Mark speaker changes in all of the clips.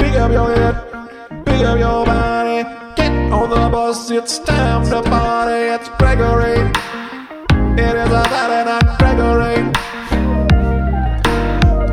Speaker 1: Pick up your head, pick up your body. Get on the bus, it's time to party. It's Gregory. It is a Saturday night, Gregory.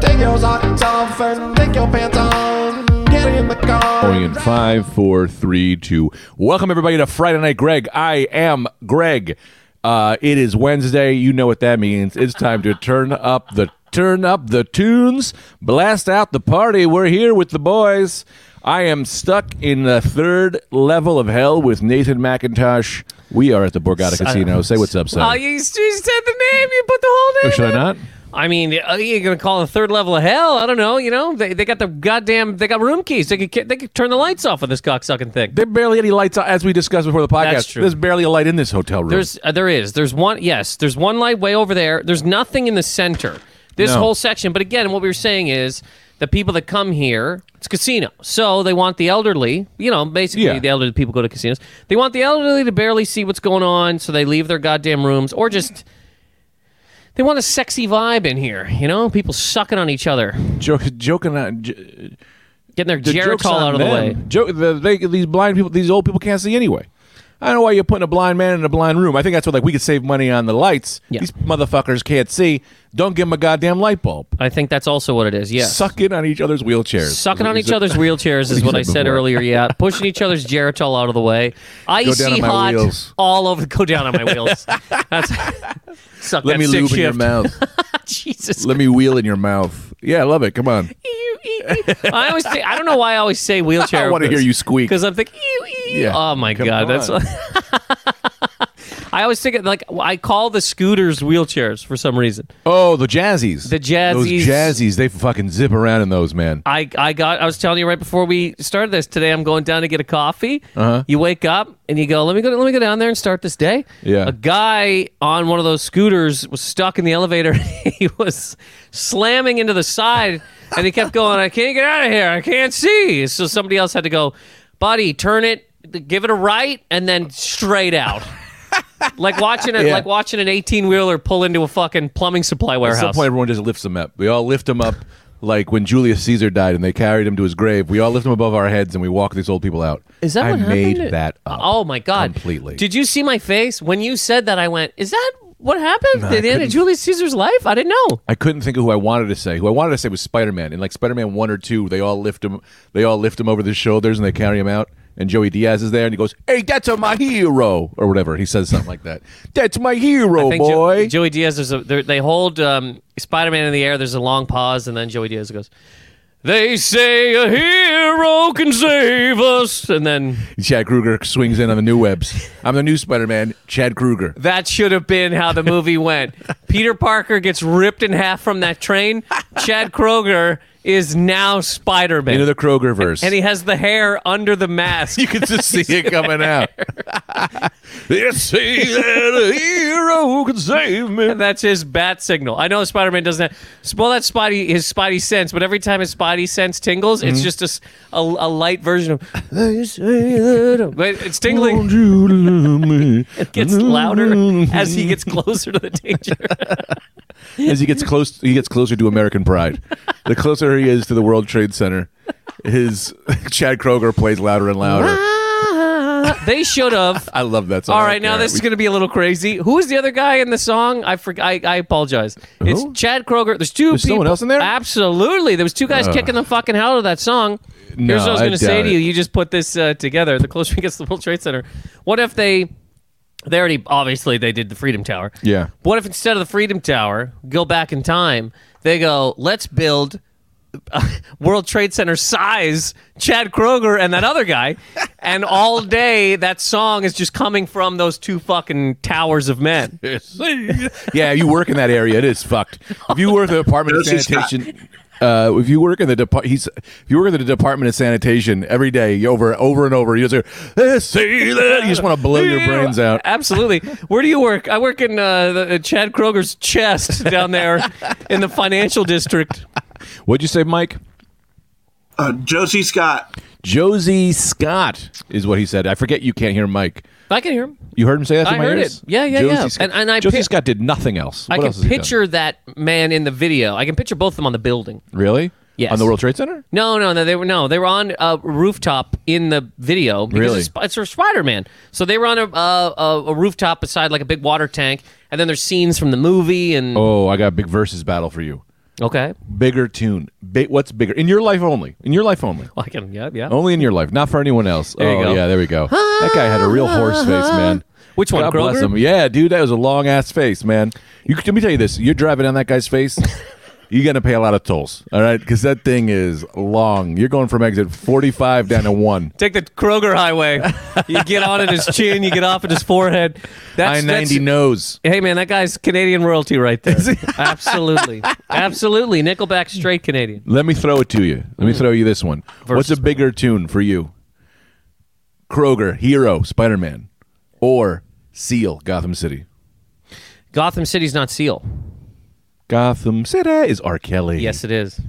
Speaker 1: Take your socks off and take your pants on. Get in the car.
Speaker 2: Going in five, four, three, two. Welcome everybody to Friday Night Greg. I am Greg. Uh, it is Wednesday. You know what that means. It's time to turn up the turn up the tunes, blast out the party. We're here with the boys. I am stuck in the third level of hell with Nathan McIntosh. We are at the Borgata Casino. Say what's up,
Speaker 3: Oh,
Speaker 2: son.
Speaker 3: you s- you said the name. You put the whole name.
Speaker 2: Or should I
Speaker 3: in.
Speaker 2: not?
Speaker 3: I mean, uh, you're gonna call the third level of hell? I don't know. You know, they, they got the goddamn. They got room keys. They could ca- they could turn the lights off with this cocksucking thing.
Speaker 2: There barely any lights on, as we discussed before the podcast.
Speaker 3: That's true.
Speaker 2: There's barely a light in this hotel room.
Speaker 3: There's uh, there is there's one yes there's one light way over there. There's nothing in the center. This
Speaker 2: No.
Speaker 3: whole section. But again, what we were saying is the people that come here. It's casino, so they want the elderly. You know, basically
Speaker 2: Yeah.
Speaker 3: the elderly people go to casinos. They want the elderly to barely see what's going on, so they leave their goddamn rooms or just. They want a sexy vibe in here, you know. People sucking on each other,
Speaker 2: joke, joking on. j-
Speaker 3: getting their
Speaker 2: the
Speaker 3: Jericho
Speaker 2: joke's on
Speaker 3: out of the
Speaker 2: them.
Speaker 3: way.
Speaker 2: Joke, the, they, these blind people, these old people can't see anyway. I don't know why you're putting a blind man in a blind room. I think that's what like we could save money on the lights.
Speaker 3: Yeah.
Speaker 2: These motherfuckers can't see. Don't give them a goddamn light bulb.
Speaker 3: I think that's also what it is. Yes.
Speaker 2: Suck in on each other's wheelchairs.
Speaker 3: Sucking on
Speaker 2: Is
Speaker 3: each
Speaker 2: it-
Speaker 3: other's wheelchairs is what I
Speaker 2: said
Speaker 3: said
Speaker 2: before.
Speaker 3: earlier. Yeah, pushing each other's geritol out of the way.
Speaker 2: down
Speaker 3: Icy
Speaker 2: on my
Speaker 3: hot
Speaker 2: wheels.
Speaker 3: all over. Go down on my wheels. That's suck
Speaker 2: Let
Speaker 3: that
Speaker 2: me lube in
Speaker 3: stick
Speaker 2: your
Speaker 3: shift.
Speaker 2: mouth.
Speaker 3: Jesus.
Speaker 2: Let me wheel in your mouth. Yeah, I love it. Come on.
Speaker 3: Ew, ew, ew. I always. Say, I don't know why I always say wheelchair.
Speaker 2: I want to hear you squeak.
Speaker 3: because I'm thinking. Ew, ew.
Speaker 2: Yeah,
Speaker 3: oh my
Speaker 2: come
Speaker 3: god, that's.
Speaker 2: on.
Speaker 3: I always think it like I call the scooters wheelchairs for some reason.
Speaker 2: Oh, the jazzies.
Speaker 3: The
Speaker 2: Those
Speaker 3: Jazzies.
Speaker 2: jazzies. They fucking zip around in those, man.
Speaker 3: I, I got I was telling you right before we started this today I'm going down to get a coffee.
Speaker 2: Uh-huh.
Speaker 3: You wake up and you go let me go let me go down there and start this day.
Speaker 2: Yeah.
Speaker 3: A guy on one of those scooters was stuck in the elevator. he was slamming into the side and he kept going I can't get out of here. I can't see. So somebody else had to go, "Buddy, turn it give it a right and then straight out." like watching it
Speaker 2: Yeah.
Speaker 3: like watching an 18-wheeler pull into a fucking plumbing supply
Speaker 2: At some
Speaker 3: warehouse.
Speaker 2: point, everyone just lifts him up. We all lift him up, like when Julius Caesar died and they carried him to his grave. We all lift him above our heads and we walk these old people out.
Speaker 3: Is that
Speaker 2: I
Speaker 3: what
Speaker 2: made
Speaker 3: happened?
Speaker 2: that up?
Speaker 3: Oh my god!
Speaker 2: completely.
Speaker 3: Did you see my face when you said that? I went, "Is that what happened
Speaker 2: I
Speaker 3: at the end
Speaker 2: couldn't-
Speaker 3: of Julius Caesar's life?" I didn't know.
Speaker 2: I couldn't think of who I wanted to say. Who I wanted to say was Spider Man. And like Spider Man one or two, they all lift him. They all lift him over their shoulders and they carry him out. And Joey Diaz is there and he goes, "Hey, that's a, my hero," or whatever. He says something like that. That's my hero,
Speaker 3: I think Jo-
Speaker 2: boy.
Speaker 3: Joey Diaz. There's a there, they hold um, Spider-Man in the air. There's a long pause, and then Joey Diaz goes. They say a hero can save us, and then
Speaker 2: Chad Kruger swings in on the new webs. I'm the new Spider Man, Chad Kruger.
Speaker 3: that should have been how the movie went. Peter Parker gets ripped in half from that train. Chad Kroger is now Spider-Man,
Speaker 2: Into the Kroger verse.
Speaker 3: and he has the hair under the mask.
Speaker 2: You can just see it coming out. you see that a hero can save me.
Speaker 3: And that's his bat signal. I know Spider Man doesn't. Have, well, that's Spidey his Spidey sense, but every time his Spidey sense tingles, it's just a, s- a- a light version of. "They say that I'm-" But it's tingling.
Speaker 2: Won't you love me?
Speaker 3: It gets louder as he gets closer to the danger.
Speaker 2: As he gets close, he gets closer to American Pride. The closer he is to the World Trade Center, his Chad Kroger plays louder and louder.
Speaker 3: they should have.
Speaker 2: I love that song.
Speaker 3: All right, now this is going to be a little crazy. Who is the other guy in the song? I forgot. I, I apologize. It's
Speaker 2: Who?
Speaker 3: Chad Kroger. There's two.
Speaker 2: There's
Speaker 3: people.
Speaker 2: someone else in there?
Speaker 3: Absolutely. There was two guys kicking the fucking hell out of that song.
Speaker 2: No,
Speaker 3: Here's what I was
Speaker 2: I
Speaker 3: going to say
Speaker 2: doubt
Speaker 3: to
Speaker 2: it.
Speaker 3: you. You just put this uh, together. The closer we get to the World Trade Center. What if they? They already obviously they did the Freedom Tower.
Speaker 2: Yeah.
Speaker 3: What if instead of the Freedom Tower, go back in time? They go, let's build uh, World Trade Center size Chad Kroger and that other guy. And all day, that song is just coming from those two fucking towers of men.
Speaker 2: yeah, you work in that area. It is fucked. If you work in the Department of
Speaker 4: This is fucked.
Speaker 2: Sanitation, uh, if you work in the depart, he's if you work in the Department of Sanitation every day, you over over and over, you just hear, "Eh, say that. You just want to blow your brains out.
Speaker 3: Absolutely. Where do you work? I work in uh, the, uh, Chad Kroger's chest down there in the financial district.
Speaker 2: What'd you say, Mike?
Speaker 4: Uh, Josie Scott.
Speaker 2: Josie Scott is what he said. I forget you can't hear Mike.
Speaker 3: I can hear him.
Speaker 2: You heard him say that?
Speaker 3: I
Speaker 2: through my
Speaker 3: heard
Speaker 2: ears?
Speaker 3: it. Yeah, yeah,
Speaker 2: Josie
Speaker 3: yeah.
Speaker 2: Scott.
Speaker 3: And- and I
Speaker 2: Josie
Speaker 3: pi-
Speaker 2: Scott did nothing else.
Speaker 3: I
Speaker 2: What
Speaker 3: can
Speaker 2: else has he done?
Speaker 3: picture that man in the video. I can picture both of them on the building.
Speaker 2: Really?
Speaker 3: Yes.
Speaker 2: on the World Trade Center?
Speaker 3: No, no, no. They were no. They were on a rooftop in the video. because
Speaker 2: Really?
Speaker 3: It's, Sp- it's for Spider Man. So they were on a, a, a, a rooftop beside like a big water tank, and then there's scenes from the movie and
Speaker 2: Oh, I got a big versus battle for you.
Speaker 3: okay.
Speaker 2: Bigger tune. Bi- what's bigger? In your life only. In your life only.
Speaker 3: Well, I can, yeah, yeah.
Speaker 2: Only in your life, not for anyone else.
Speaker 3: you
Speaker 2: oh
Speaker 3: go.
Speaker 2: yeah, there we go. That guy had a real horse face, man.
Speaker 3: Which one,
Speaker 2: God bless
Speaker 3: Kroger?
Speaker 2: him. Yeah, dude, that was a long ass face, man. You let me tell you this: you're driving down that guy's face. You're gonna pay a lot of tolls, all right? Because that thing is long. You're going from exit 45 down to one.
Speaker 3: Take the Kroger Highway. You get on at his chin, you get off at his forehead. That's,
Speaker 2: I 90
Speaker 3: that's-
Speaker 2: nose.
Speaker 3: Hey man, that guy's Canadian royalty right there. Absolutely, absolutely. Nickelback straight Canadian.
Speaker 2: Let me throw it to you. Let
Speaker 3: Mm.
Speaker 2: me throw you this one. What's a bigger tune for you? Kroger, Hero, Spider Man, or Seal, Gotham City?
Speaker 3: Gotham City's not Seal.
Speaker 2: Gotham City is R. Kelly.
Speaker 3: Yes, it is.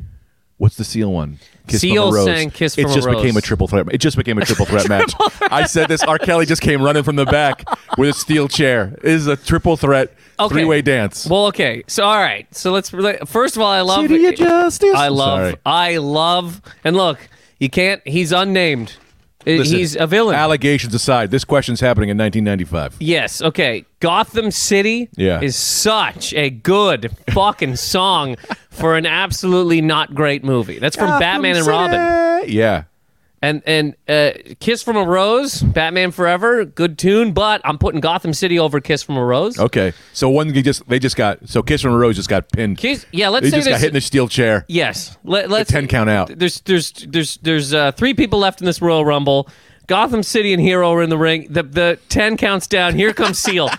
Speaker 2: What's the Seal one?
Speaker 3: Seal
Speaker 2: from a Rose.
Speaker 3: sang Kiss
Speaker 2: it
Speaker 3: from a
Speaker 2: just became
Speaker 3: Rose.
Speaker 2: a triple threat. It just became a triple threat match. I said this. R. Kelly just came running from the back with a steel chair. It is a triple threat
Speaker 3: Okay.
Speaker 2: three way dance.
Speaker 3: Well, okay. So, all right. So let's. First of all, I love.
Speaker 2: City of Justice.
Speaker 3: I love.
Speaker 2: Sorry.
Speaker 3: I love. And look, you can't. He's unnamed. I-
Speaker 2: Listen,
Speaker 3: he's a villain.
Speaker 2: Allegations aside, this question's happening in 1995.
Speaker 3: yes. Okay. Gotham City.
Speaker 2: Yeah.
Speaker 3: Is such a good fucking song for an absolutely not great movie. That's from Batman and Robin.
Speaker 2: Yeah.
Speaker 3: And and uh, Kiss from a Rose, Batman Forever, good tune. But I'm putting Gotham City over Kiss from a Rose.
Speaker 2: Okay, so one they just they just got so Kiss from a Rose just got pinned.
Speaker 3: Kiss- yeah, let's
Speaker 2: they
Speaker 3: say
Speaker 2: just got
Speaker 3: this-
Speaker 2: hit in a steel chair.
Speaker 3: Yes. Let, let's
Speaker 2: 10 count out.
Speaker 3: There's there's there's there's uh, three people left in this Royal Rumble. Gotham City and Hero are in the ring. The the ten counts down. Here comes Seal.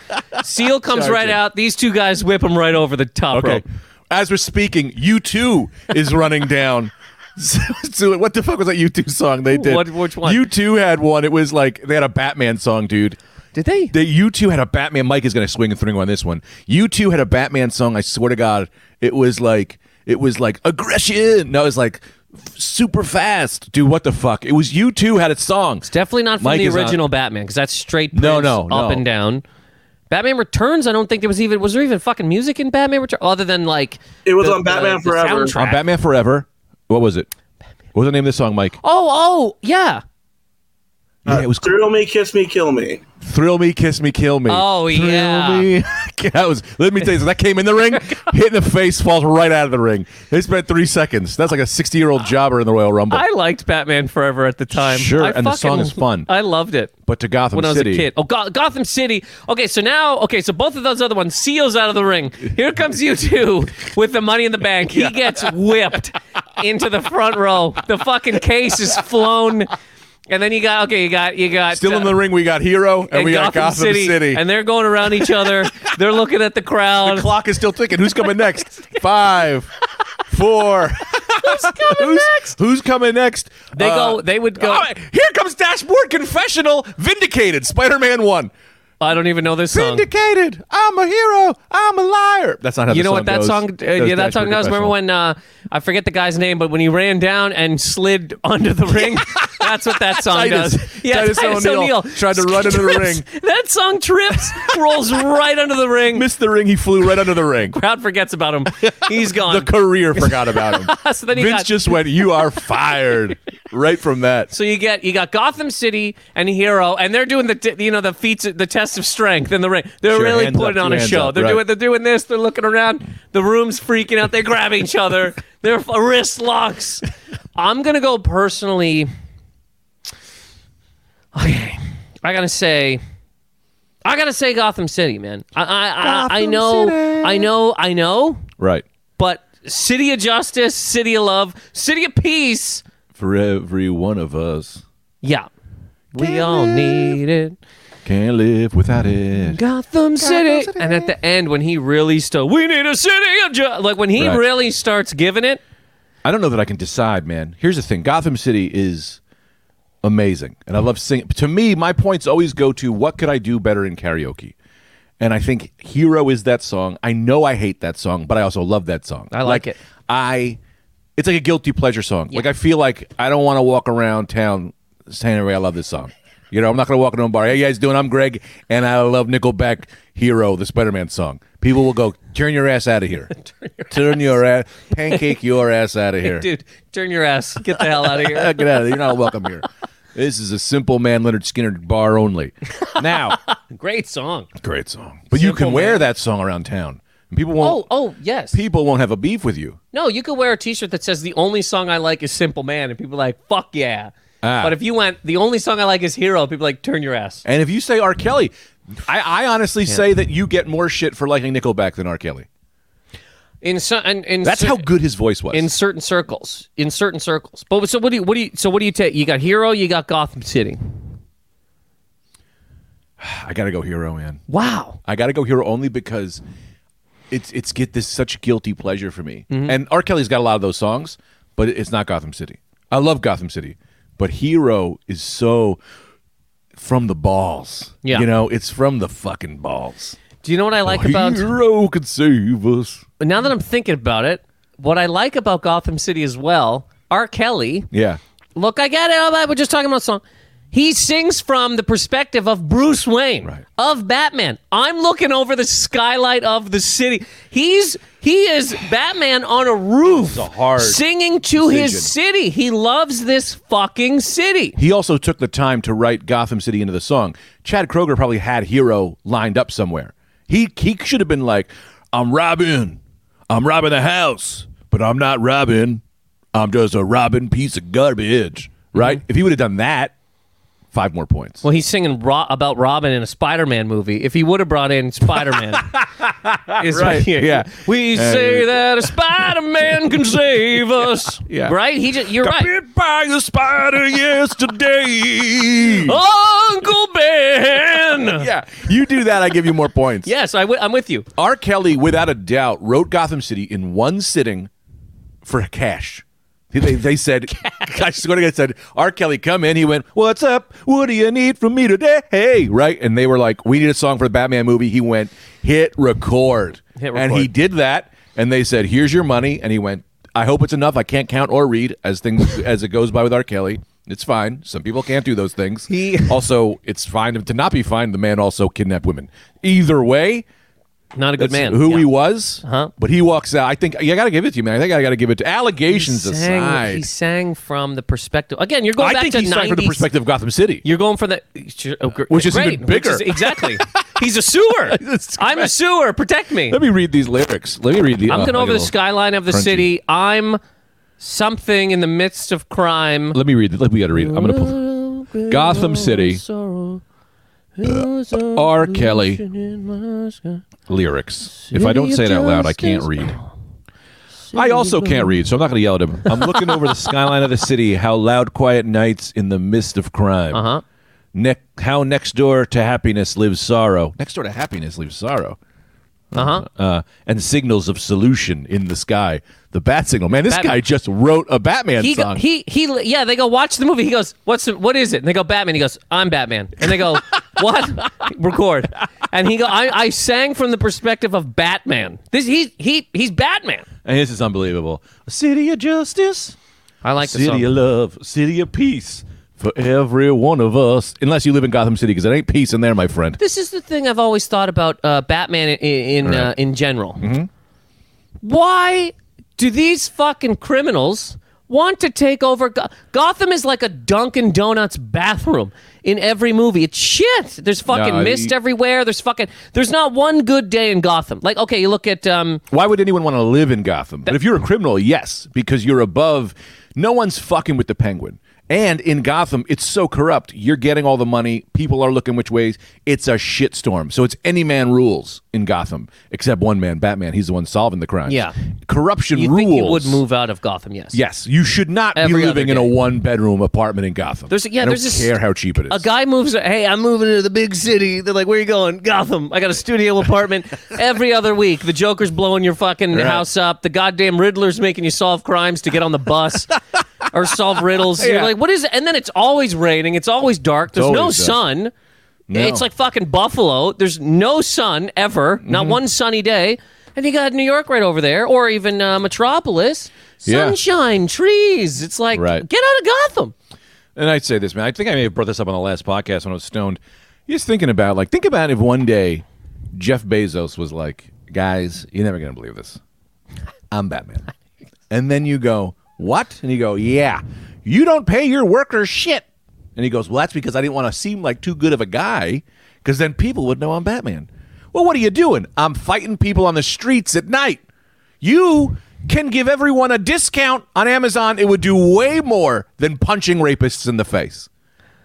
Speaker 3: Seal comes right
Speaker 2: Charging.
Speaker 3: out. These two guys whip him right over the top
Speaker 2: Okay,
Speaker 3: rope.
Speaker 2: as we're speaking, U two is running down. So- so what the fuck was that U two song they did?
Speaker 3: What- which one?
Speaker 2: U two had one. It was like they had a Batman song, dude.
Speaker 3: Did they?
Speaker 2: They U two had a Batman. Mike is gonna swing and throw on this one. U two had a Batman song. I swear to God, it was like it was like aggression. No, it was like super fast, dude. What the fuck? It was U two had a song.
Speaker 3: Definitely not from
Speaker 2: Mike
Speaker 3: the
Speaker 2: is on-
Speaker 3: original Batman because that's straight Prince,
Speaker 2: No, no,
Speaker 3: up
Speaker 2: no.
Speaker 3: and down. Batman Returns. I don't think there was even was there even fucking music in Batman Returns other than like
Speaker 4: It was on Batman Forever.
Speaker 3: soundtrack.
Speaker 2: on Batman Forever. What was it? What was the name of this song, Mike?
Speaker 3: Oh oh yeah. Uh,
Speaker 2: yeah, it was
Speaker 4: Thrill me, kiss me, kill me.
Speaker 2: "Thrill Me, Kiss Me, Kill Me."
Speaker 3: Oh,
Speaker 2: Thrill
Speaker 3: yeah. Oh
Speaker 2: me. that was. Let me tell you, something. that came in the ring, hit in the face, falls right out of the ring. They spent three seconds. That's like a sixty-year-old jobber in the Royal Rumble.
Speaker 3: Uh, I liked Batman Forever at the time.
Speaker 2: Sure,
Speaker 3: I
Speaker 2: and the song
Speaker 3: fucking-
Speaker 2: is fun.
Speaker 3: I loved it.
Speaker 2: but to Gotham
Speaker 3: when I was
Speaker 2: City,
Speaker 3: a kid. Oh, Go- Gotham City. Okay, so now, okay, so both of those other ones, Seal's out of the ring. Here comes you two with the money in the bank. He gets whipped into the front row. The fucking case is flown. And then you got, okay, you got, you got.
Speaker 2: still in
Speaker 3: uh,
Speaker 2: the ring, we got Hero and,
Speaker 3: and
Speaker 2: we got Gotham City.
Speaker 3: And they're going around each other. they're looking at the crowd.
Speaker 2: Clock is still ticking. Who's coming next? Five, four. Who's coming next? Who's coming next?
Speaker 3: They go- they would go-
Speaker 2: uh, all right, here comes Dashboard Confessional. Vindicated. Spider-Man one.
Speaker 3: I don't even know this song.
Speaker 2: Vindicated. I'm a hero. I'm a liar. That's not how
Speaker 3: You
Speaker 2: the
Speaker 3: know what
Speaker 2: song
Speaker 3: that
Speaker 2: goes.
Speaker 3: song? Uh, yeah, that song
Speaker 2: Dashboard
Speaker 3: does. Remember
Speaker 2: Confessional.
Speaker 3: when uh, I forget the guy's name, but when he ran down and slid under the ring, that's what that song
Speaker 2: Titus.
Speaker 3: does. Yeah,
Speaker 2: Titus O'Neil tried to run into the
Speaker 3: Trips.
Speaker 2: ring.
Speaker 3: That song trips, rolls right under the ring.
Speaker 2: missed the ring, he flew right under the ring.
Speaker 3: Crowd forgets about him. He's
Speaker 2: The
Speaker 3: gone.
Speaker 2: career forgot about him.
Speaker 3: So then he
Speaker 2: Vince
Speaker 3: got-
Speaker 2: just went, "You are fired." right from that.
Speaker 3: so you get you got Gotham City and Hero, and they're doing the t- you know the feats the test of strength in the ring. They're
Speaker 2: Sure,
Speaker 3: really
Speaker 2: hands
Speaker 3: putting
Speaker 2: up,
Speaker 3: on
Speaker 2: two
Speaker 3: a
Speaker 2: hands
Speaker 3: show.
Speaker 2: up,
Speaker 3: they're
Speaker 2: right.
Speaker 3: doing they're doing this. They're looking around. The room's freaking out. They grab each other. They're f- wrist locks. I'm gonna go personally. Okay, I gotta say. I gotta say Gotham City, man. I I, I, I
Speaker 2: Gotham
Speaker 3: know,
Speaker 2: City.
Speaker 3: I know, I know,
Speaker 2: Right.
Speaker 3: but City of Justice, City of Love, City of Peace.
Speaker 2: For every one of us,
Speaker 3: Yeah. We all need it.
Speaker 2: can't live without it.
Speaker 3: Gotham City. And at the end, when he really still, we need a city of ju-, like when he
Speaker 2: Right.
Speaker 3: really starts giving it,
Speaker 2: I don't know that I can decide, man. Here's the thing: Gotham City is amazing, and I love singing. To me, my points always go to what could I do better in karaoke, and I think "Hero" is that song. I know I hate that song, but I also love that song.
Speaker 3: I like it.
Speaker 2: I, it's like a guilty pleasure song. Like I feel like I don't want to walk around town saying, "Everybody, I love this song." You know, I'm not going to walk into a bar. Hey, you guys doing? I'm Greg, and I love Nickelback Hero, the Spider Man song. People will go, turn your ass out of here. turn your ass, pancake your ass out of here.
Speaker 3: Dude, turn your ass. Get the hell out of
Speaker 2: Uh,
Speaker 3: here.
Speaker 2: Get out of here. You're not welcome here. This is a simple man, Leonard Skinner bar only. Now,
Speaker 3: Great song.
Speaker 2: great song, but you can
Speaker 3: Simple
Speaker 2: wear that song around town. And people
Speaker 3: Oh,
Speaker 2: won't.
Speaker 3: oh, yes.
Speaker 2: People won't have a beef with you.
Speaker 3: No, you could wear a T-shirt that says "The only song I like is Simple Man," and people are like, "Fuck yeah!"
Speaker 2: Ah.
Speaker 3: But if you went, "The only song I like is Hero," people are like, "Turn your ass."
Speaker 2: And if you say R. Kelly, I, I honestly say that you get more shit for liking Nickelback than R. Kelly.
Speaker 3: In so, in, in
Speaker 2: That's
Speaker 3: cer-
Speaker 2: how good his voice was.
Speaker 3: in certain circles, in certain circles. But so what do you what do you so what do you take? You got Hero, you got Gotham City.
Speaker 2: I gotta go hero, man.
Speaker 3: Wow.
Speaker 2: I gotta go hero only because it's it's get this such guilty pleasure for me.
Speaker 3: Mm-hmm.
Speaker 2: And R. Kelly's got a lot of those songs, but it's not Gotham City. I love Gotham City, but Hero is so from the balls.
Speaker 3: Yeah.
Speaker 2: you know, it's from the fucking balls.
Speaker 3: Do you know what I like about
Speaker 2: hero could save us.
Speaker 3: now that I'm thinking about it? What I like about Gotham City as well, R. Kelly.
Speaker 2: Yeah,
Speaker 3: Look, I got it. All that. We're just talking about song. He sings from the perspective of Bruce Wayne,
Speaker 2: Right.
Speaker 3: of Batman. I'm looking over the skylight of the city. He's he is Batman on a roof,
Speaker 2: a hard
Speaker 3: singing to
Speaker 2: decision.
Speaker 3: his city. He loves this fucking city.
Speaker 2: He also took the time to write Gotham City into the song. Chad Kroger probably had Hero lined up somewhere. He he should have been like, "I'm Robin, I'm robbing the house, but I'm not Robin. I'm just a Robin piece of garbage." Right? If he would have done that, five more points.
Speaker 3: Mm-hmm. Well, he's singing ro- about Robin in a Spider-Man movie. If he would have brought in Spider-Man, is right. here.
Speaker 2: yeah.
Speaker 3: We say that a Spider-Man can save us.
Speaker 2: Yeah.
Speaker 3: Right? He just, you're right.
Speaker 2: Bit by the spider yesterday.
Speaker 3: Oh. Uncle Ben.
Speaker 2: Yeah, you do that, I give you more points.
Speaker 3: Yes, I w- I'm with you.
Speaker 2: R. Kelly, without a doubt, wrote Gotham City in one sitting for cash. They, they said, I swear to God, they said, R. Kelly, come in. He went, What's up? What do you need from me today? Hey, right? And they were like, We need a song for the Batman movie. He went, Hit record.
Speaker 3: Hit
Speaker 2: And
Speaker 3: record.
Speaker 2: he did that. And they said, Here's your money. And he went, I hope it's enough. I can't count or read as things as it goes by with R. Kelly. It's fine. Some people can't do those things.
Speaker 3: He-
Speaker 2: also, it's fine to not be fine. The man also kidnapped women. Either way,
Speaker 3: Not a good man.
Speaker 2: who
Speaker 3: Yeah. Uh-huh.
Speaker 2: he was,
Speaker 3: Huh?
Speaker 2: but he walks out. I think I got to give it to you, man. I think I got to give it to
Speaker 3: He
Speaker 2: allegations
Speaker 3: sang,
Speaker 2: aside.
Speaker 3: he sang from the perspective. Again, you're going
Speaker 2: I
Speaker 3: back
Speaker 2: think
Speaker 3: to
Speaker 2: he sang from the
Speaker 3: 90s.
Speaker 2: perspective of Gotham City.
Speaker 3: You're going for the oh, gr-
Speaker 2: Which is
Speaker 3: great,
Speaker 2: even bigger.
Speaker 3: which is- exactly. He's a sewer.
Speaker 2: That's
Speaker 3: I'm a
Speaker 2: correct.
Speaker 3: sewer. Protect me.
Speaker 2: Let me read these lyrics. Let me read the. oh,
Speaker 3: I'm looking
Speaker 2: I
Speaker 3: over
Speaker 2: get a
Speaker 3: the
Speaker 2: little-
Speaker 3: skyline of the
Speaker 2: crunchy.
Speaker 3: city. I'm something in the midst of crime.
Speaker 2: Let me read. the- Let we got to read. it. I'm gonna pull. Gotham City.
Speaker 3: Uh-huh.
Speaker 2: R. Kelly lyrics. If I don't say it out loud, I can't read. I also can't read, so I'm not going to yell at him. I'm looking over the skyline of the city. How loud, quiet nights in the mist of crime.
Speaker 3: Uh-huh.
Speaker 2: Ne- how next door to happiness lives sorrow. Next door to happiness lives sorrow.
Speaker 3: Uh-huh.
Speaker 2: Uh, and signals of solution in the sky. The bat signal. Man, this
Speaker 3: Batman.
Speaker 2: guy just wrote a Batman
Speaker 3: He, go,
Speaker 2: song.
Speaker 3: he he yeah they go watch the movie he goes what's the, what is it and they go batman he goes i'm batman and they go what record and he go I, I sang from the perspective of batman this he he he's batman
Speaker 2: and this is unbelievable. A city of justice.
Speaker 3: i like the
Speaker 2: City
Speaker 3: song
Speaker 2: of love, city of peace for every one of us. Unless you live in Gotham City, because it ain't peace in there, my friend.
Speaker 3: this is the thing i've always thought about uh, batman in in, uh, in general why do these fucking criminals want to take over Go- gotham is like a dunkin donuts bathroom in every movie it's shit there's fucking
Speaker 2: No,
Speaker 3: mist
Speaker 2: you-
Speaker 3: everywhere there's fucking there's not one good day in gotham like okay you look at um
Speaker 2: Why would anyone want to live in Gotham? But if you're a criminal, yes, because you're above. No one's fucking with the Penguin. And in Gotham, it's so corrupt. You're getting all the money. People are looking which ways. It's a shitstorm. So it's any man rules in Gotham, except one man, Batman. He's the one solving the crimes.
Speaker 3: Yeah.
Speaker 2: corruption
Speaker 3: you
Speaker 2: rules.
Speaker 3: think you would move out of gotham yes
Speaker 2: Yes, you should not
Speaker 3: Every
Speaker 2: be
Speaker 3: other
Speaker 2: living in a
Speaker 3: day.
Speaker 2: one-bedroom apartment in Gotham.
Speaker 3: There's- yeah,
Speaker 2: I don't
Speaker 3: there's this-
Speaker 2: care how cheap it is.
Speaker 3: A guy moves. Hey, I'm moving to the big city. They're like, "Where you going?" Gotham. I got a studio apartment. Every other week, the Joker's blowing your fucking house up. The goddamn Riddler's making you solve crimes to get on the bus or solve riddles. You're
Speaker 2: Yeah.
Speaker 3: like, "What is?" It? And then it's always raining. It's always dark. There's no
Speaker 2: always dark.
Speaker 3: sun. It's like fucking Buffalo. There's no sun ever.
Speaker 2: Mm-hmm.
Speaker 3: Not one sunny day. And you got New York right over there, or even uh, Metropolis.
Speaker 2: Yeah.
Speaker 3: Sunshine, trees. It's like,
Speaker 2: Right.
Speaker 3: get out of Gotham.
Speaker 2: and I'd say this, man. I think I may have brought this up on the last podcast when I was stoned. Just thinking about, like, think about if one day Jeff Bezos was like, "Guys, you're never gonna believe this. I'm Batman," and then you go, "What?" and you go, "Yeah, you don't pay your workers shit." And he goes, "Well, that's because I didn't want to seem like too good of a guy, because then people would know I'm Batman." Well, what are you doing? I'm fighting people on the streets at night. You can give everyone a discount on Amazon. It would do way more than punching rapists in the face.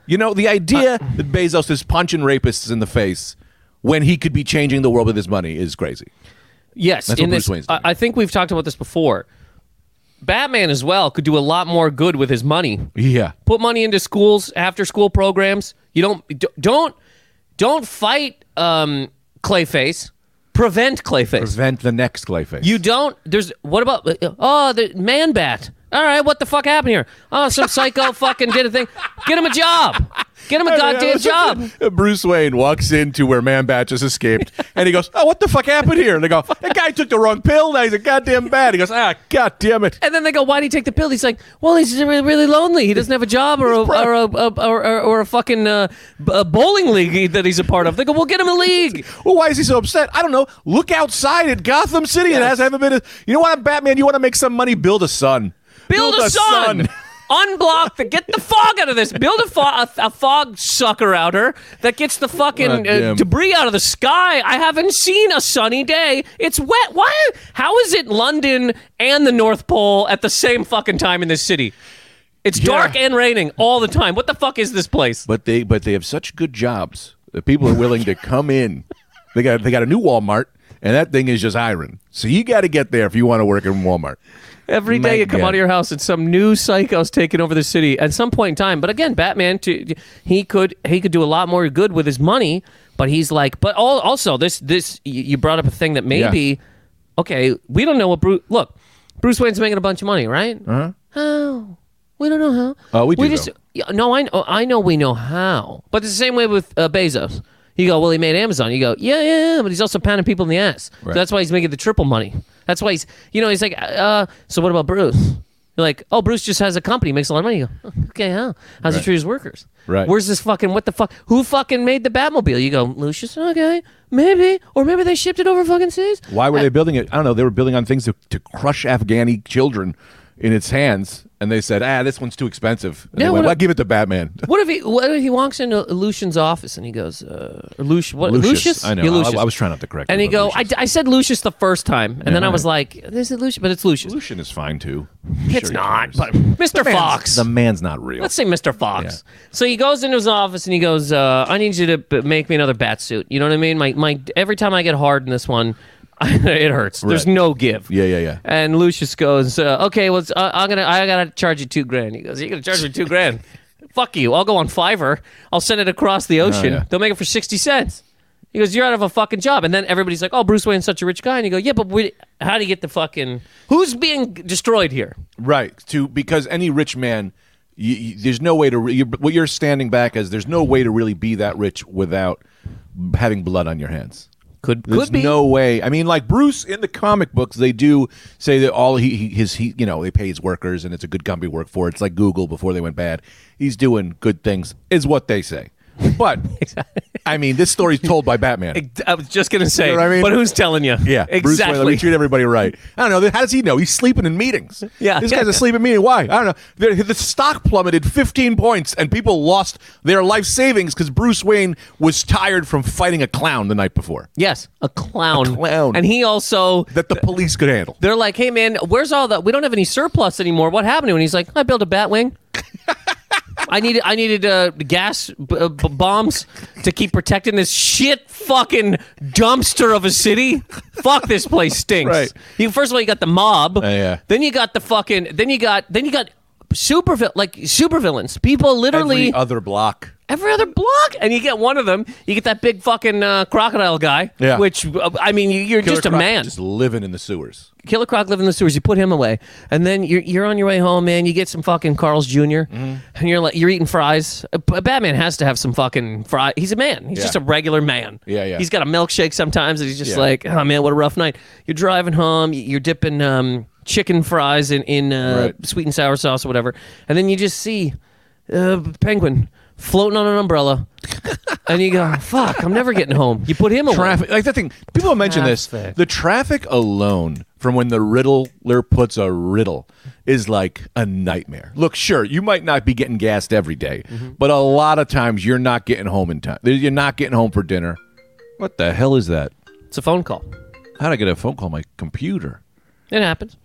Speaker 2: You know, the idea that Bezos is punching rapists in the face when he could be changing the world with his money is crazy.
Speaker 3: Yes,
Speaker 2: That's
Speaker 3: in
Speaker 2: what Bruce
Speaker 3: this,
Speaker 2: Wayne's
Speaker 3: I,
Speaker 2: doing.
Speaker 3: I think we've talked about this before. Batman as well could do a lot more good with his money.
Speaker 2: Yeah.
Speaker 3: Put money into schools, after school programs. You don't d- don't don't fight um, Clayface. Prevent Clayface.
Speaker 2: Prevent the next Clayface.
Speaker 3: You don't. There's what about? Oh, the man bat. All right, what the fuck happened here? Oh, some psycho fucking did a thing. Get him a job. Get him a goddamn job.
Speaker 2: Bruce Wayne walks into where Man Bat just escaped, and he goes, "Oh, what the fuck happened here?" And they go, "That guy took the wrong pill. Now he's a goddamn bat." He goes, "Ah, goddamn it."
Speaker 3: And then they go, "Why would he take the pill?" He's like, "Well, he's really, really lonely. He doesn't have a job or a, or a, a- or, or, or a fucking uh, b- a bowling league that he's a part of." They go, "Well, get him a league."
Speaker 2: Well, why is he so upset? I don't know. Look outside at Gotham City. It has haven't been. A, you know what, I'm Batman? You want to make some money? Build a sun.
Speaker 3: Build, a, sun. Unblock the get the fog out of this. Build a, fo- a, a fog sucker outer that gets the
Speaker 2: God
Speaker 3: fucking uh,
Speaker 2: damn.
Speaker 3: debris out of the sky. I haven't seen a sunny day. It's wet. Why? How is it London and the North Pole at the same fucking time in this city? It's dark and raining all the time. What the fuck is this place?
Speaker 2: But they but they have such good jobs that people are willing to come in. They got they got a new Walmart, and that thing is just iron. So you got to get there if you want to work in Walmart.
Speaker 3: Every
Speaker 2: My
Speaker 3: day you come
Speaker 2: God.
Speaker 3: out of your house and some new psycho's taking over the city at some point in time. But again, Batman, to, he could he could do a lot more good with his money. But he's like, but all, also this this y- you brought up a thing that maybe, okay, we don't know what Bruce. Look, Bruce Wayne's making a bunch of money, right? Uh-huh. How? We don't know how.
Speaker 2: Oh, we do,
Speaker 3: just
Speaker 2: though.
Speaker 3: yeah, no, I know, I know we know how. But it's the same way with uh, Bezos. You go, well, he made Amazon. You go, yeah, yeah, yeah, but he's also pounding people in the ass.
Speaker 2: Right.
Speaker 3: So that's why he's making the triple money. That's why he's, you know, he's like, uh, so what about Bruce? You're like, oh, Bruce just has a company, makes a lot of money. You go, "Oh, okay, how? How's he treat his workers?
Speaker 2: Right.
Speaker 3: Where's this fucking, what the fuck? Who fucking made the Batmobile? You go, Lucius, okay, maybe. Or maybe they shipped it over fucking seas.
Speaker 2: Why were they building it? I don't know. They were building on things to, to crush Afghani children in its hands, and they said, "Ah, this one's too expensive." And
Speaker 3: Yeah,
Speaker 2: they went,
Speaker 3: what-
Speaker 2: well, give it to Batman.
Speaker 3: What if he what if he walks into Lucian's office and he goes, uh, Lucius, what,
Speaker 2: Lucius.
Speaker 3: Lucius?
Speaker 2: I know.
Speaker 3: Yeah,
Speaker 2: I-
Speaker 3: Lucius.
Speaker 2: I was trying not to correct
Speaker 3: And
Speaker 2: you,
Speaker 3: he
Speaker 2: but
Speaker 3: go, I,
Speaker 2: Lucius.
Speaker 3: I said Lucius the first time, and then I
Speaker 2: all
Speaker 3: was like, this is Lucius, but it's Lucius.
Speaker 2: Lucian is fine too.
Speaker 3: It's
Speaker 2: Sure he
Speaker 3: not,
Speaker 2: cares.
Speaker 3: but Mr.
Speaker 2: man's-
Speaker 3: Fox.
Speaker 2: The man's not real.
Speaker 3: Let's say Mr. Fox. So he goes into his office and he goes, uh, "I need you to b- make me another bat suit." You know what I mean? My my every time I get hard in this one, it hurts. There's
Speaker 2: Right.
Speaker 3: no give.
Speaker 2: Yeah, yeah, yeah.
Speaker 3: And Lucius goes, uh, "Okay, well, it's, uh, I'm gonna I gotta charge you two grand." He goes, "You're gonna charge me two grand? Fuck you! I'll go on Fiverr. I'll send it across the ocean.
Speaker 2: Oh, yeah.
Speaker 3: They'll make it for sixty cents." He goes, "You're out of a fucking job." And then everybody's like, "Oh, Bruce Wayne's such a rich guy." And you go, "Yeah, but we, how do you get the fucking who's being destroyed here?"
Speaker 2: Right. To because any rich man, you, you, there's no way to re- you, what you're standing back as. There's no way to really be that rich without having blood on your hands.
Speaker 3: Could
Speaker 2: There's
Speaker 3: could be
Speaker 2: no way. I mean, like Bruce in the comic books, they do say that all he, he his he you know they pay his workers and it's a good company to work for. It's like Google before they went bad. He's doing good things, is what they say. But I mean, this story's told by Batman.
Speaker 3: I was just gonna say,
Speaker 2: You know what I mean?
Speaker 3: but who's telling you?
Speaker 2: Yeah, Bruce Wayne, like,
Speaker 3: exactly.
Speaker 2: we treat everybody right. I don't know. How does he know? He's sleeping in meetings.
Speaker 3: Yeah.
Speaker 2: this guy's asleep in meeting. Why? I don't know. The, the stock plummeted 15 points, and people lost their life savings because Bruce Wayne was tired from fighting a clown the night before
Speaker 3: yes, a clown.
Speaker 2: A clown.
Speaker 3: And he also.
Speaker 2: that the police could handle.
Speaker 3: They're like, hey man, where's all the? We don't have any surplus anymore. What happened to? it?" And he's like, I built a Batwing. I needed I needed uh, gas b- uh, b- bombs to keep protecting this shit fucking dumpster of a city. Fuck this place stinks.
Speaker 2: Right.
Speaker 3: You first of all you got the mob.
Speaker 2: yeah.
Speaker 3: Then you got the fucking. Then you got then you got super like super villains. People literally
Speaker 2: Every uh, other block.
Speaker 3: every other block, and you get one of them. You get that big fucking uh, crocodile guy,
Speaker 2: Yeah.
Speaker 3: which uh, I mean, you- you're just a
Speaker 2: Killer Croc
Speaker 3: man.
Speaker 2: Just living in the sewers.
Speaker 3: Killer Croc living in the sewers. You put him away, and then you're you're on your way home, man. You get some fucking Carl's junior
Speaker 2: Mm-hmm.
Speaker 3: and you're like you're eating fries. Uh, B- Batman has to have some fucking fries. He's a man. He's
Speaker 2: Yeah.
Speaker 3: just a regular man.
Speaker 2: Yeah, yeah.
Speaker 3: He's got a milkshake sometimes, and he's just
Speaker 2: Yeah.
Speaker 3: like, oh man, what a rough night. You're driving home. y- You're dipping um, chicken fries in in uh,
Speaker 2: Right.
Speaker 3: sweet and sour sauce or whatever, and then you just see uh, penguin floating on an umbrella, and you go, "Fuck, I'm never getting home." You put him away.
Speaker 2: traffic like that thing people have mentioned this
Speaker 3: Traffic.
Speaker 2: the traffic alone from when the riddler puts a riddle is like a nightmare look sure you might not be getting gassed every day,
Speaker 3: Mm-hmm.
Speaker 2: but a lot of times you're not getting home in time you're not getting home for dinner what the hell is that
Speaker 3: It's a phone call.
Speaker 2: how'd i get a phone call on my computer
Speaker 3: It happens.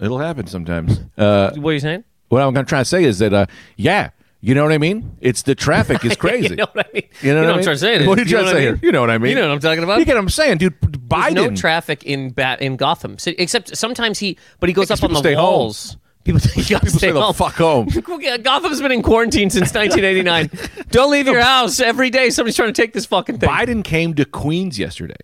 Speaker 2: it'll happen sometimes uh,
Speaker 3: What are you saying?
Speaker 2: what i'm gonna try to say is that uh, yeah you know what i mean it's the traffic is crazy
Speaker 3: You know what I mean?
Speaker 2: You know what I
Speaker 3: I'm
Speaker 2: mean?
Speaker 3: trying to say? dude.
Speaker 2: What are you trying
Speaker 3: know
Speaker 2: to say
Speaker 3: I
Speaker 2: here?
Speaker 3: mean?
Speaker 2: You know what I mean.
Speaker 3: You know what I'm talking about?
Speaker 2: You get what I'm saying, dude. Biden.
Speaker 3: There's no traffic in bat in Gotham. City, except sometimes he, but he goes
Speaker 2: Yeah, 'cause
Speaker 3: up on the
Speaker 2: people stay home.
Speaker 3: walls. People, you gotta
Speaker 2: People
Speaker 3: stay
Speaker 2: say the
Speaker 3: home.
Speaker 2: fuck home.
Speaker 3: Okay, Gotham's been in quarantine since 1989. Don't leave your house every day. Somebody's trying to take this fucking thing.
Speaker 2: Biden came to Queens yesterday.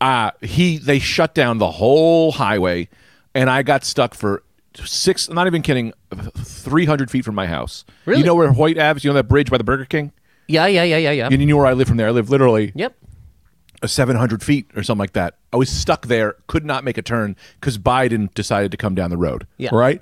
Speaker 2: Uh, he they shut down the whole highway, and I got stuck for six. I'm not even kidding. Three hundred feet from my house.
Speaker 3: Really?
Speaker 2: You know where Hoyt Ave? is? You know that bridge by the Burger King?
Speaker 3: Yeah, yeah, yeah, yeah, yeah.
Speaker 2: You knew where I live from there. I live literally
Speaker 3: Yep.
Speaker 2: uh, seven hundred feet or something like that. I was stuck there, could not make a turn because Biden decided to come down the road.
Speaker 3: Yeah.
Speaker 2: Right?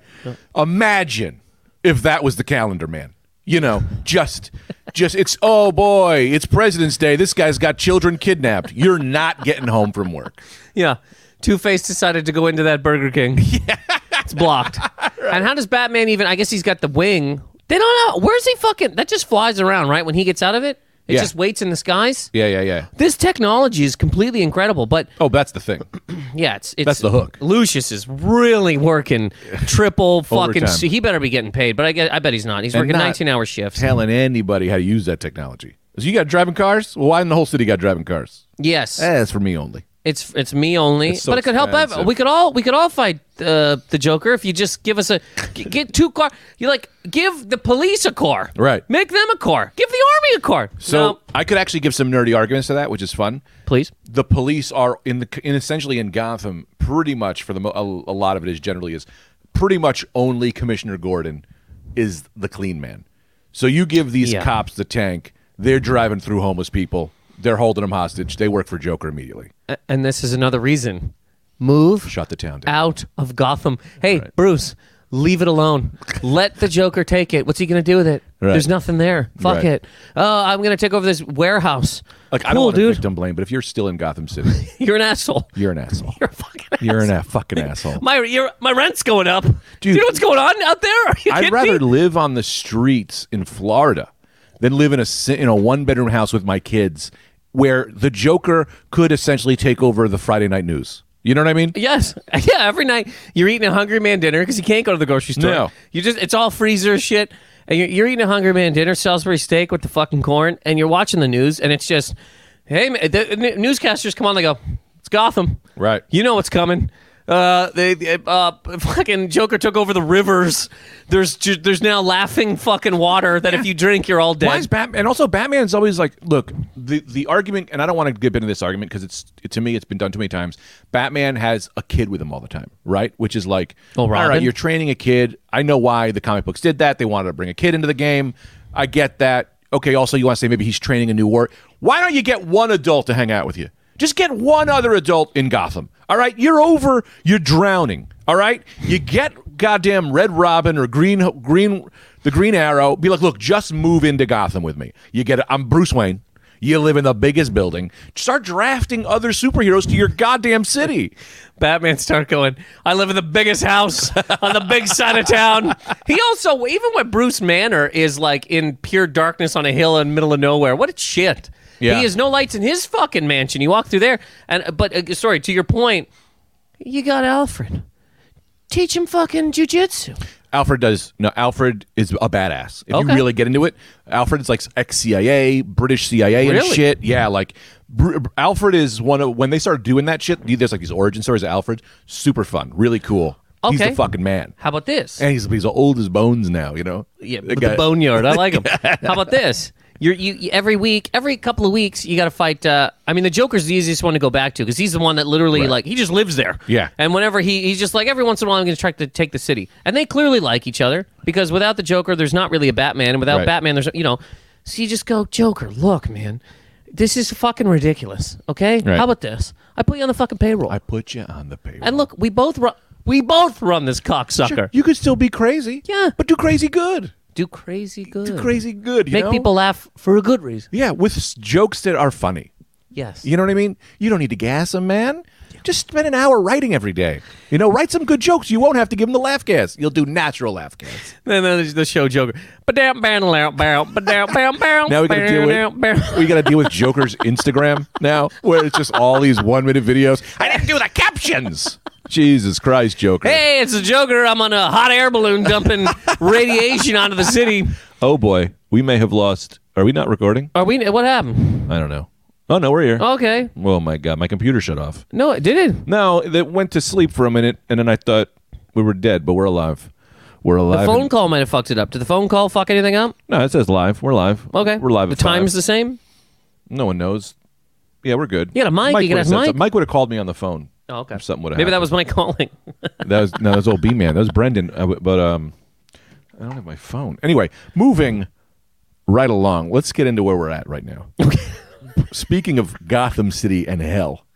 Speaker 2: Imagine if that was the calendar, man. You know, just just it's oh boy, it's President's Day. This guy's got children kidnapped. You're not getting home from work.
Speaker 3: Yeah. Two Face decided to go into that Burger King. It's blocked. And how does Batman even? I guess he's got the wing. They don't know. Where's he fucking? That just flies around, right? When he gets out of it, it
Speaker 2: Yeah.
Speaker 3: just waits in the skies.
Speaker 2: Yeah, yeah, yeah.
Speaker 3: This technology is completely incredible, but
Speaker 2: Oh, that's the thing.
Speaker 3: Yeah, it's, it's
Speaker 2: That's the hook.
Speaker 3: Lucius is really working triple fucking.
Speaker 2: Overtime.
Speaker 3: He better be getting paid, but I get, I bet he's not. He's
Speaker 2: And
Speaker 3: working
Speaker 2: not
Speaker 3: nineteen hour shifts.
Speaker 2: Telling anybody how to use that technology. So you got driving cars? Well, why in the whole city got driving cars?
Speaker 3: Yes,
Speaker 2: Eh, it's for me only.
Speaker 3: it's it's me only,
Speaker 2: so
Speaker 3: but it could help.
Speaker 2: expensive.
Speaker 3: Ev- we could all we could all fight uh, the Joker if you just give us a g- get two car. You like give the police a car,
Speaker 2: Right.
Speaker 3: Make them a car. Give the army a car.
Speaker 2: So
Speaker 3: No.
Speaker 2: I could actually give some nerdy arguments to that, which is fun.
Speaker 3: please,
Speaker 2: the police are in the in essentially in Gotham pretty much for the mo- a, a lot of it is generally is pretty much only Commissioner Gordon is the clean man. So you give these
Speaker 3: Yeah.
Speaker 2: cops the tank, they're driving through homeless people, they're holding them hostage, they work for Joker immediately.
Speaker 3: A- and this is another reason. Move
Speaker 2: Shut the town down.
Speaker 3: out of Gotham. Hey, Bruce, leave it alone. Let the Joker take it. What's he going to do with it?
Speaker 2: Right.
Speaker 3: There's nothing there. Fuck
Speaker 2: Right.
Speaker 3: it. Oh, I'm going to take over this warehouse.
Speaker 2: Like I don't
Speaker 3: cool,
Speaker 2: want to
Speaker 3: dude.
Speaker 2: victim blame, but if you're still in Gotham City,
Speaker 3: You're an asshole.
Speaker 2: you're an asshole.
Speaker 3: You're a fucking
Speaker 2: You're
Speaker 3: asshole.
Speaker 2: an a fucking asshole.
Speaker 3: My your, my rent's going up. Do
Speaker 2: Dude.
Speaker 3: you know what's going on out there? Are you
Speaker 2: I'd
Speaker 3: kidding
Speaker 2: rather
Speaker 3: me?
Speaker 2: live on the streets in Florida than live in a si- in a one bedroom house with my kids, where the Joker could essentially take over the Friday night news. You know what I mean?
Speaker 3: Yes. Yeah. Every night you're eating a Hungry Man dinner because you can't go to the grocery store.
Speaker 2: No.
Speaker 3: You just it's all freezer shit, and you're, you're eating a Hungry Man dinner, Salisbury steak with the fucking corn, and you're watching the news, and it's just, hey, man, the, the newscasters come on, they go, it's Gotham,
Speaker 2: Right.
Speaker 3: You know what's coming. Uh, they they, uh, fucking Joker took over the rivers. There's ju- there's now laughing fucking water that if you drink you're all dead.
Speaker 2: Why is Batman? And also, Batman's always like, look, the the argument, and I don't want to get into this argument because it's to me, it's been done too many times. Batman has a kid with him all the time, right? Which is like,
Speaker 3: Oh,
Speaker 2: all right,
Speaker 3: Robin?
Speaker 2: you're training a kid. I know why the comic books did that. They wanted to bring a kid into the game. I get that. Okay, also, you want to say maybe he's training a new war. Why don't you get one adult to hang out with you? Just get one other adult in Gotham. All right, you're over. You're drowning. All right, you get goddamn Red Robin or Green Green the Green Arrow. Be like, look, just move into Gotham with me. You get it. I'm Bruce Wayne. You live in the biggest building. Start drafting other superheroes to your goddamn city.
Speaker 3: Batman start going, I live in the biggest house on the big side of town. He also, even when Bruce Manor is like in pure darkness on a hill in middle of nowhere, what a shit.
Speaker 2: Yeah.
Speaker 3: He has no lights in his fucking mansion. You walk through there, and but uh, sorry, to your point, you got Alfred. Teach him fucking jujitsu.
Speaker 2: Alfred does no. Alfred is a badass. If
Speaker 3: Okay.
Speaker 2: you really get into it, Alfred's like ex CIA, British CIA, and
Speaker 3: Really?
Speaker 2: shit. Yeah, like Br- Alfred is one of when they start doing that shit. There's like these origin stories of Alfred. Super fun, really cool. He's the
Speaker 3: Okay.
Speaker 2: fucking man,
Speaker 3: How about this?
Speaker 2: and he's he's old as bones now. You know.
Speaker 3: Yeah,
Speaker 2: The
Speaker 3: with
Speaker 2: guy-
Speaker 3: the boneyard. I like him. How about this? You're, you you- every week, every couple of weeks, you got to fight. Uh, I mean, the Joker's the easiest one to go back to because he's the one that literally like he just lives there.
Speaker 2: Yeah.
Speaker 3: And whenever he he's just like every once in a while I'm going to try to take the city, and they clearly like each other because without the Joker, there's not really a Batman, and without
Speaker 2: Right.
Speaker 3: Batman, there's you know. So you just go, Joker, look, man, this is fucking ridiculous. Okay,
Speaker 2: Right.
Speaker 3: how about this? I put you on the fucking payroll,
Speaker 2: I put you on the payroll.
Speaker 3: and look, we both run, we both run this cocksucker.
Speaker 2: Sure, you could still be crazy.
Speaker 3: Yeah.
Speaker 2: but do crazy good.
Speaker 3: do crazy good.
Speaker 2: Crazy good. You
Speaker 3: Make
Speaker 2: know?
Speaker 3: people laugh for a good reason.
Speaker 2: Yeah, with s- jokes that are funny.
Speaker 3: Yes.
Speaker 2: You know what I mean? You don't need to gas them, man. Just spend an hour writing every day. You know, write some good jokes. You won't have to give them the laugh gas. You'll do natural laugh gas.
Speaker 3: And then there's the show Joker. Ba-dam, ba-dam, ba-dam, ba-dam, ba-dam,
Speaker 2: Now we got to deal
Speaker 3: ba-dam, ba-dam.
Speaker 2: with we got to deal with Joker's Instagram now, where it's just all these one minute videos. I didn't do the captions. Jesus Christ, Joker!
Speaker 3: Hey, it's the Joker. I'm on a hot air balloon dumping radiation onto the city.
Speaker 2: Oh boy, we may have lost. Are we not recording?
Speaker 3: Are we? What happened?
Speaker 2: I don't know. Oh no, we're here.
Speaker 3: Okay.
Speaker 2: Oh my God, my computer shut off.
Speaker 3: No, it didn't.
Speaker 2: No, that went to sleep for a minute, and then I thought we were dead, but we're alive. We're
Speaker 3: The
Speaker 2: alive.
Speaker 3: phone
Speaker 2: and-
Speaker 3: call might have fucked it up. Did the phone call fuck anything up?
Speaker 2: no, it says live. We're live.
Speaker 3: Okay.
Speaker 2: we're live.
Speaker 3: The
Speaker 2: at five.
Speaker 3: time's the same.
Speaker 2: No one knows. Yeah, we're good.
Speaker 3: You got a mic? You
Speaker 2: would've
Speaker 3: can ask
Speaker 2: said
Speaker 3: Mike.
Speaker 2: something. Mike would have called me on the phone.
Speaker 3: Oh, okay.
Speaker 2: Or something would have.
Speaker 3: Maybe that was my calling.
Speaker 2: that was no, that was old B man. That was Brendan. I w- but um, I don't have my phone. Anyway, moving right along. Let's get into where we're at right now. Speaking of Gotham City and hell,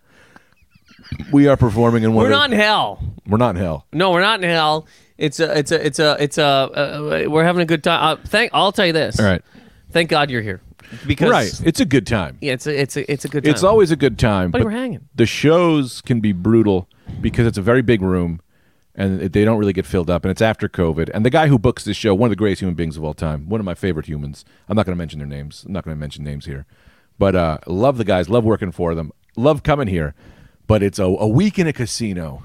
Speaker 2: we are performing in one.
Speaker 3: We're
Speaker 2: of-
Speaker 3: not in hell.
Speaker 2: We're not in hell.
Speaker 3: No, we're not in hell. It's a, it's a, it's a, it's a. Uh, we're having a good time. Uh, thank. I'll tell you this.
Speaker 2: All right.
Speaker 3: Thank God you're here. Because
Speaker 2: Right. It's a good time.
Speaker 3: Yeah, it's a, it's a, it's a good time.
Speaker 2: It's always a good time.
Speaker 3: Buddy, we're hanging.
Speaker 2: The shows can be brutal because it's a very big room and it- they don't really get filled up. And it's after COVID. And the guy who books this show, one of the greatest human beings of all time, one of my favorite humans. I'm not going to mention their names. I'm not going to mention names here. But uh, love the guys, love working for them, love coming here. But it's a, a week in a casino.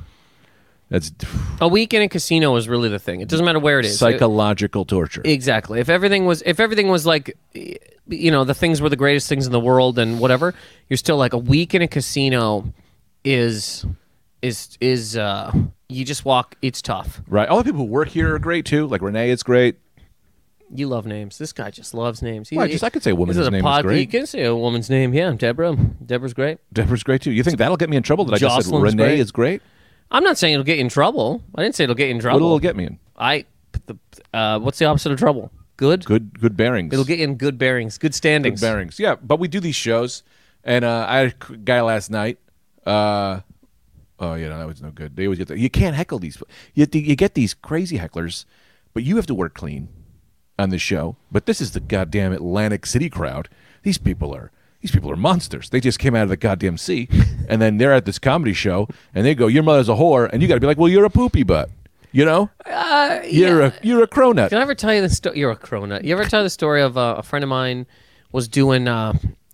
Speaker 2: That's
Speaker 3: a week in a casino is really the thing. It doesn't matter where it is.
Speaker 2: psychological torture.
Speaker 3: Exactly. If everything was if everything was like y- you know, the things were the greatest things in the world and whatever, you're still like a week in a casino is is is uh you just walk it's tough.
Speaker 2: right. All the people who work here are great too. Like Renee, it's great.
Speaker 3: You love names. This guy just loves names. He,
Speaker 2: Well, I just- I could say a woman's
Speaker 3: this is
Speaker 2: name is great.
Speaker 3: You can say a woman's name. Yeah, Deborah. Deborah's great.
Speaker 2: Deborah's great too. You think that'll get me in trouble that I just said
Speaker 3: Jocelyn's
Speaker 2: Renee
Speaker 3: great.
Speaker 2: is great?
Speaker 3: I'm not saying it'll get you in trouble. I didn't say it'll get you in trouble.
Speaker 2: What'll it get me in?
Speaker 3: I the, uh, what's the opposite of trouble? Good.
Speaker 2: good good bearings.
Speaker 3: It'll get you in good bearings, good
Speaker 2: good
Speaker 3: standings.
Speaker 2: bearings. Yeah, but we do these shows, and uh, I had a c- guy last night. Uh, oh yeah, no, that was no good. They always get the, you can't heckle these. You you get these crazy hecklers, but you have to work clean on the show. But this is the goddamn Atlantic City crowd. These people are. These people are monsters. They just came out of the goddamn sea, and then they're at this comedy show, and they go, "Your mother's a whore," and you got to be like, "Well, you're a poopy butt," you know?
Speaker 3: Uh,
Speaker 2: you're a you're a cronut.
Speaker 3: Did I ever tell you the story? You're a cronut. You ever tell the story of uh, a friend of mine was doing uh,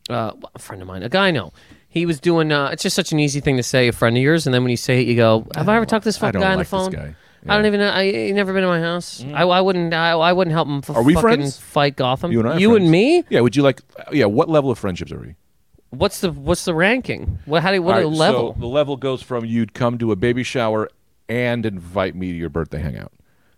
Speaker 3: uh, a friend of mine, a guy I know. He was doing. Uh, it's just such an easy thing to say, a friend of yours, and then when you say it, you go, "Have I, ever talked to this
Speaker 2: I don't
Speaker 3: fucking guy on
Speaker 2: like
Speaker 3: the
Speaker 2: this
Speaker 3: phone?
Speaker 2: guy. Mm.
Speaker 3: I don't even. know. I he never been to my house. I, I wouldn't. I, I wouldn't help him. F-
Speaker 2: Are we
Speaker 3: fucking
Speaker 2: friends?
Speaker 3: Fight Gotham.
Speaker 2: You and I. are
Speaker 3: You
Speaker 2: friends.
Speaker 3: and me.
Speaker 2: Yeah. Would you like? Yeah. What level of friendships are we?
Speaker 3: What's the What's the ranking? What? How do? you- What
Speaker 2: All
Speaker 3: a
Speaker 2: right,
Speaker 3: level?
Speaker 2: So the level goes from you'd come to a baby shower and invite me to your birthday hangout.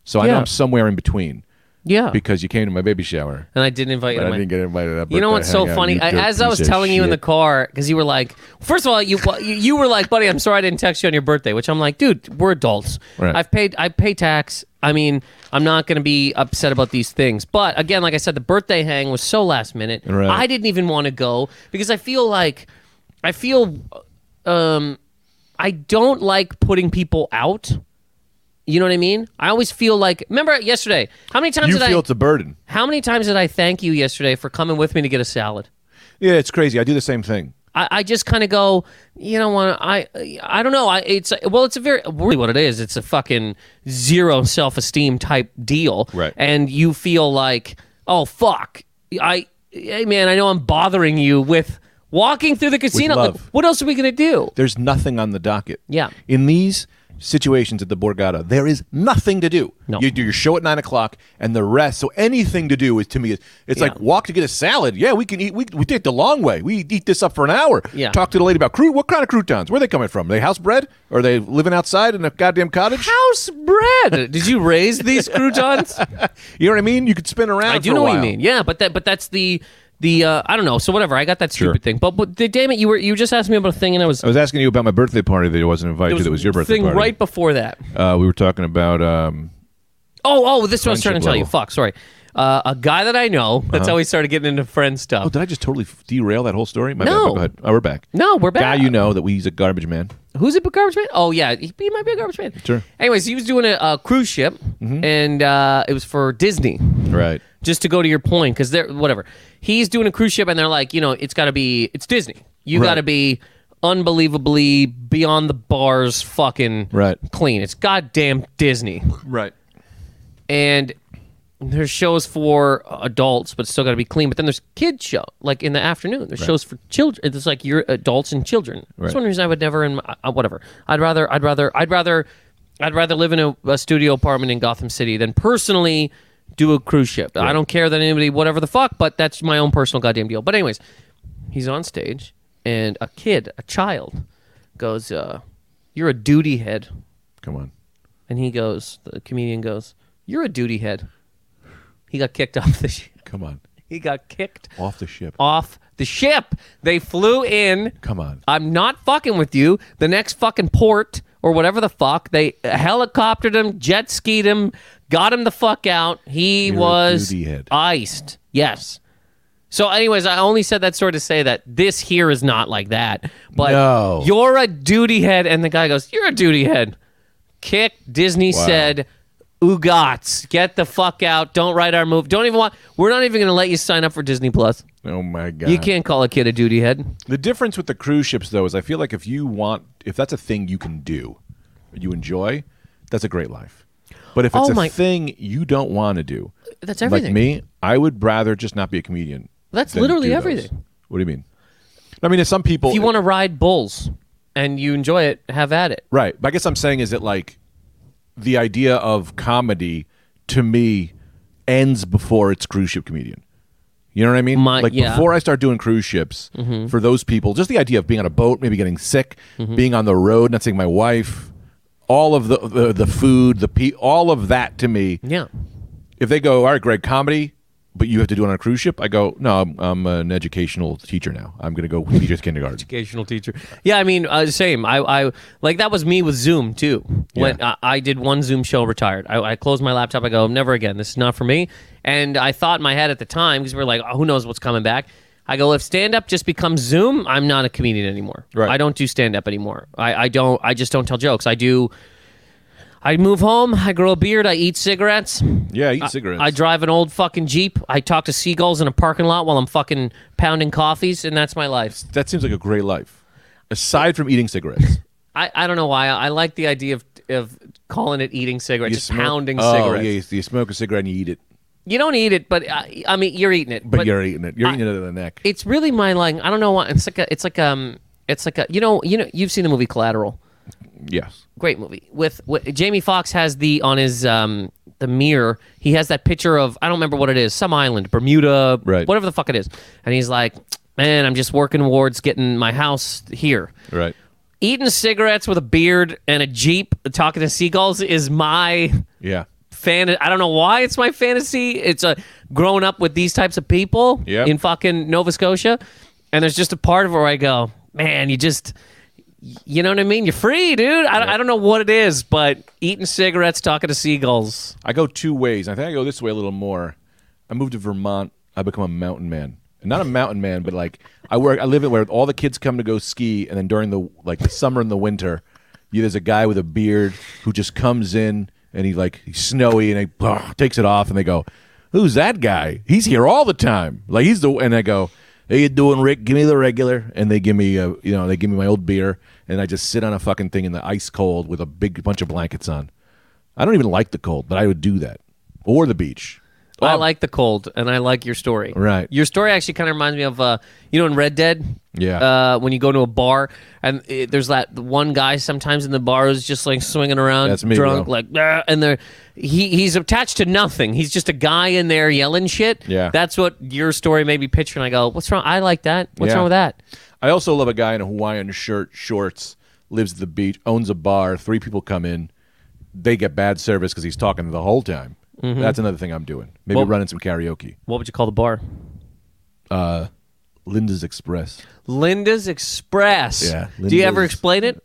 Speaker 2: So I know
Speaker 3: Yeah.
Speaker 2: I'm somewhere in between
Speaker 3: yeah.
Speaker 2: because you came to my baby shower,
Speaker 3: and I didn't invite you.
Speaker 2: but
Speaker 3: to
Speaker 2: I
Speaker 3: my-
Speaker 2: didn't get invited up.
Speaker 3: You know what's so funny? I, as I was telling you in the car, because you were like, first of all, you well, you you were like, buddy, I'm sorry I didn't text you on your birthday, which I'm like, dude, we're adults.
Speaker 2: Right.
Speaker 3: I've paid, I pay tax. I mean, I'm not going to be upset about these things. But again, like I said, the birthday hang was so last minute.
Speaker 2: Right.
Speaker 3: I didn't even want to go because I feel like, I feel, um, I don't like putting people out. You know what I mean? I always feel like. Remember yesterday? How many times
Speaker 2: you
Speaker 3: did
Speaker 2: feel
Speaker 3: I?
Speaker 2: it's a burden.
Speaker 3: how many times did I thank you yesterday for coming with me to get a salad?
Speaker 2: Yeah, it's crazy. I do the same thing.
Speaker 3: I, I just kind of go, you know what? I I don't know. I it's well, it's a very really what it is. It's a fucking zero self esteem type deal,
Speaker 2: Right.
Speaker 3: And you feel like, oh fuck, I hey man, I know I'm bothering you with walking through the casino. Like,
Speaker 2: love.
Speaker 3: what else are we gonna do?
Speaker 2: There's nothing on the docket.
Speaker 3: Yeah.
Speaker 2: In these situations at the Borgata, there is nothing to do.
Speaker 3: No.
Speaker 2: You do your show at nine o'clock, and the rest. So anything to do is to me. It's like walk to get a salad. Yeah, we can eat. We we take the long way. We eat this up for an hour.
Speaker 3: Yeah.
Speaker 2: Talk to the lady about cru- What kind of croutons? Where are they coming from? Are they house bred? Are they living outside in a goddamn cottage?
Speaker 3: House bread. Did you raise these croutons?
Speaker 2: You know what I mean? You could spin around.
Speaker 3: I
Speaker 2: for
Speaker 3: do
Speaker 2: a
Speaker 3: know what you
Speaker 2: while.
Speaker 3: mean. Yeah, but that but that's the the uh, I don't know. So whatever. I got that stupid thing. But but the, damn it, you were you just asked me about a thing and I was.
Speaker 2: I was asking you about my birthday party that I wasn't invited to. That Oh, was your birthday
Speaker 3: thing
Speaker 2: party.
Speaker 3: right before that.
Speaker 2: Uh, we were talking about. Um,
Speaker 3: Oh, oh, this is what I was trying to
Speaker 2: Friendship
Speaker 3: tell you.
Speaker 2: level. Uh-huh.
Speaker 3: Fuck, sorry. Uh, a guy that I know. That's how we started getting into friend
Speaker 2: oh,
Speaker 3: stuff.
Speaker 2: did I just totally f- derail that whole story? My
Speaker 3: No.
Speaker 2: Bad. Go ahead. Oh, we're back.
Speaker 3: no, we're
Speaker 2: guy
Speaker 3: back.
Speaker 2: you know that we he's a garbage man.
Speaker 3: Who's a garbage man? Oh yeah, he, he might be a garbage man.
Speaker 2: Sure. Mm-hmm.
Speaker 3: Anyways, he was doing a, a cruise ship, and uh, it was for Disney.
Speaker 2: Right.
Speaker 3: just to go to your point, because they're whatever. He's doing a cruise ship, and they're like, you know, it's got to be, it's Disney. You
Speaker 2: Right.
Speaker 3: got to be unbelievably beyond the bars, fucking
Speaker 2: Right.
Speaker 3: clean. It's goddamn Disney,
Speaker 2: Right.
Speaker 3: and there's shows for adults, but still got to be clean. But then there's kid show, like in the afternoon. There's shows for children. It's like you're adults and children. That's
Speaker 2: Right.
Speaker 3: one reason I would never in my, uh, whatever. I'd rather, I'd rather, I'd rather, I'd rather live in a, a studio apartment in Gotham City than personally do a cruise ship. I don't care that anybody, whatever the fuck, but that's my own personal goddamn deal. But anyways, he's on stage, and a kid, a child, goes, uh, "You're a duty head."
Speaker 2: Come on.
Speaker 3: And he goes, the comedian goes, "You're a duty head." He got kicked off the. Sh-
Speaker 2: Come on.
Speaker 3: he got kicked
Speaker 2: Off the ship.
Speaker 3: off the ship. They flew in.
Speaker 2: Come on.
Speaker 3: I'm not fucking with you. The next fucking port or whatever the fuck they helicoptered him, jet skied him, got him the fuck out. He
Speaker 2: You're a
Speaker 3: was
Speaker 2: duty head.
Speaker 3: iced. Yes. So, anyways, I only said that sort to say that this here is not like that. But
Speaker 2: No.
Speaker 3: you're a duty head, and the guy goes, "You're a duty head." Kick Disney said, "Ugats, get the fuck out! Don't write our move. Don't even want. We're not even going to let you sign up for Disney Plus.
Speaker 2: Oh my god.
Speaker 3: You can't call a kid a duty head."
Speaker 2: The difference with the cruise ships, though, is I feel like if you want, if that's a thing you can do, you enjoy, that's a great life. But if it's
Speaker 3: Oh
Speaker 2: a
Speaker 3: my-
Speaker 2: thing you don't want to do,
Speaker 3: That's
Speaker 2: Like
Speaker 3: everything.
Speaker 2: me, I would rather just not be a comedian.
Speaker 3: That's
Speaker 2: than
Speaker 3: literally
Speaker 2: do those.
Speaker 3: everything.
Speaker 2: What do you mean? I mean, if some people,
Speaker 3: If you want to ride bulls and you enjoy it, have at it.
Speaker 2: right? But I guess I'm saying is that like the idea of comedy to me ends before it's cruise ship comedian. You know what I mean?
Speaker 3: My-
Speaker 2: like
Speaker 3: yeah. Mm-hmm.
Speaker 2: before I start doing cruise ships, for those people, just the idea of being on a boat, maybe getting sick, being on the road, not seeing my wife, all of the the, the food, the pe- all of that to me.
Speaker 3: Yeah.
Speaker 2: If they go, all right, Greg, comedy, but you have to do it on a cruise ship, I go, no, I'm, I'm an educational teacher now. I'm going to go teach at kindergarten.
Speaker 3: Educational teacher. Yeah, I mean, uh, same. I, I like that was me with Zoom too. When uh,
Speaker 2: Yeah.
Speaker 3: I, I did one Zoom show, retired. I, I closed my laptop. I go, never again. This is not for me. And I thought in my head at the time because we are like, oh, who knows what's coming back. I go, if stand up just becomes Zoom, I'm not a comedian anymore.
Speaker 2: Right.
Speaker 3: I don't do stand up anymore. I, I don't. I just don't tell jokes. I do. I move home. I grow a beard. I eat cigarettes.
Speaker 2: Yeah, eat cigarettes.
Speaker 3: I drive an old fucking Jeep. I talk to seagulls in a parking lot while I'm fucking pounding coffees, and that's my life.
Speaker 2: that seems like a great life, aside from eating cigarettes.
Speaker 3: I, I don't know why. I, I like the idea of of calling it eating cigarettes, just
Speaker 2: smoke-
Speaker 3: pounding
Speaker 2: oh,
Speaker 3: cigarettes.
Speaker 2: Yeah, you, you smoke a cigarette and you eat it,
Speaker 3: You don't eat it, but uh, I, I mean, you're eating it.
Speaker 2: but, you're eating it. You're
Speaker 3: I-
Speaker 2: eating it out of the neck.
Speaker 3: It's really my like. I don't know why. It's like a. It's like um. It's like a. You know. You know. You've seen the movie Collateral.
Speaker 2: yes.
Speaker 3: great movie with, with Jamie Foxx has the on his um the mirror he has that picture of I don't remember what it is some island Bermuda
Speaker 2: Right.
Speaker 3: whatever the fuck it is and he's like man I'm just working towards getting my house here
Speaker 2: Right.
Speaker 3: eating cigarettes with a beard and a jeep talking to seagulls is my
Speaker 2: Yeah.
Speaker 3: fan I don't know why it's my fantasy it's a growing up with these types of people
Speaker 2: Yep.
Speaker 3: in fucking Nova Scotia and there's just a part of it where I go man you just you know what I mean? You're free, dude. I, I don't know what it is, but eating cigarettes, talking to seagulls.
Speaker 2: I go two ways. I think I go this way a little more. I moved to Vermont. I become a mountain man. And Not a mountain man, but like I work. I live in where all the kids come to go ski, and then during the like the summer and the winter, you, there's a guy with a beard who just comes in and he like he's snowy and he ugh, takes it off, and they go, "Who's that guy? He's here all the time. Like he's the." And I go, "Hey, you doing, Rick? Give me the regular." And they give me a you know they give me my old beer, and I just sit on a fucking thing in the ice cold with a big bunch of blankets on. I don't even like the cold, but I would do that. Or the beach.
Speaker 3: I
Speaker 2: Um,
Speaker 3: like the cold, and I like your story.
Speaker 2: Right.
Speaker 3: Your story actually kind of reminds me of, uh, you know, in Red Dead.
Speaker 2: Yeah.
Speaker 3: Uh, when you go to a bar and it, there's that one guy sometimes in the bar who's just like swinging around,
Speaker 2: That's me,
Speaker 3: drunk,
Speaker 2: bro.
Speaker 3: like, "Ah," and they're he he's attached to nothing. He's just a guy in there yelling shit.
Speaker 2: Yeah.
Speaker 3: That's what your story made me picture, and I go, what's wrong? I like that. What's
Speaker 2: Yeah.
Speaker 3: wrong with that?
Speaker 2: I also love a guy in a Hawaiian shirt, shorts, lives at the beach, owns a bar. Three people come in, they get bad service because he's talking the whole time. That's another thing I'm doing. Maybe
Speaker 3: Mm-hmm. Well-
Speaker 2: running some karaoke.
Speaker 3: What would you call the bar?
Speaker 2: Linda's Express.
Speaker 3: Linda's Express.
Speaker 2: Yeah,
Speaker 3: Do you ever
Speaker 2: Linda's-
Speaker 3: explain it?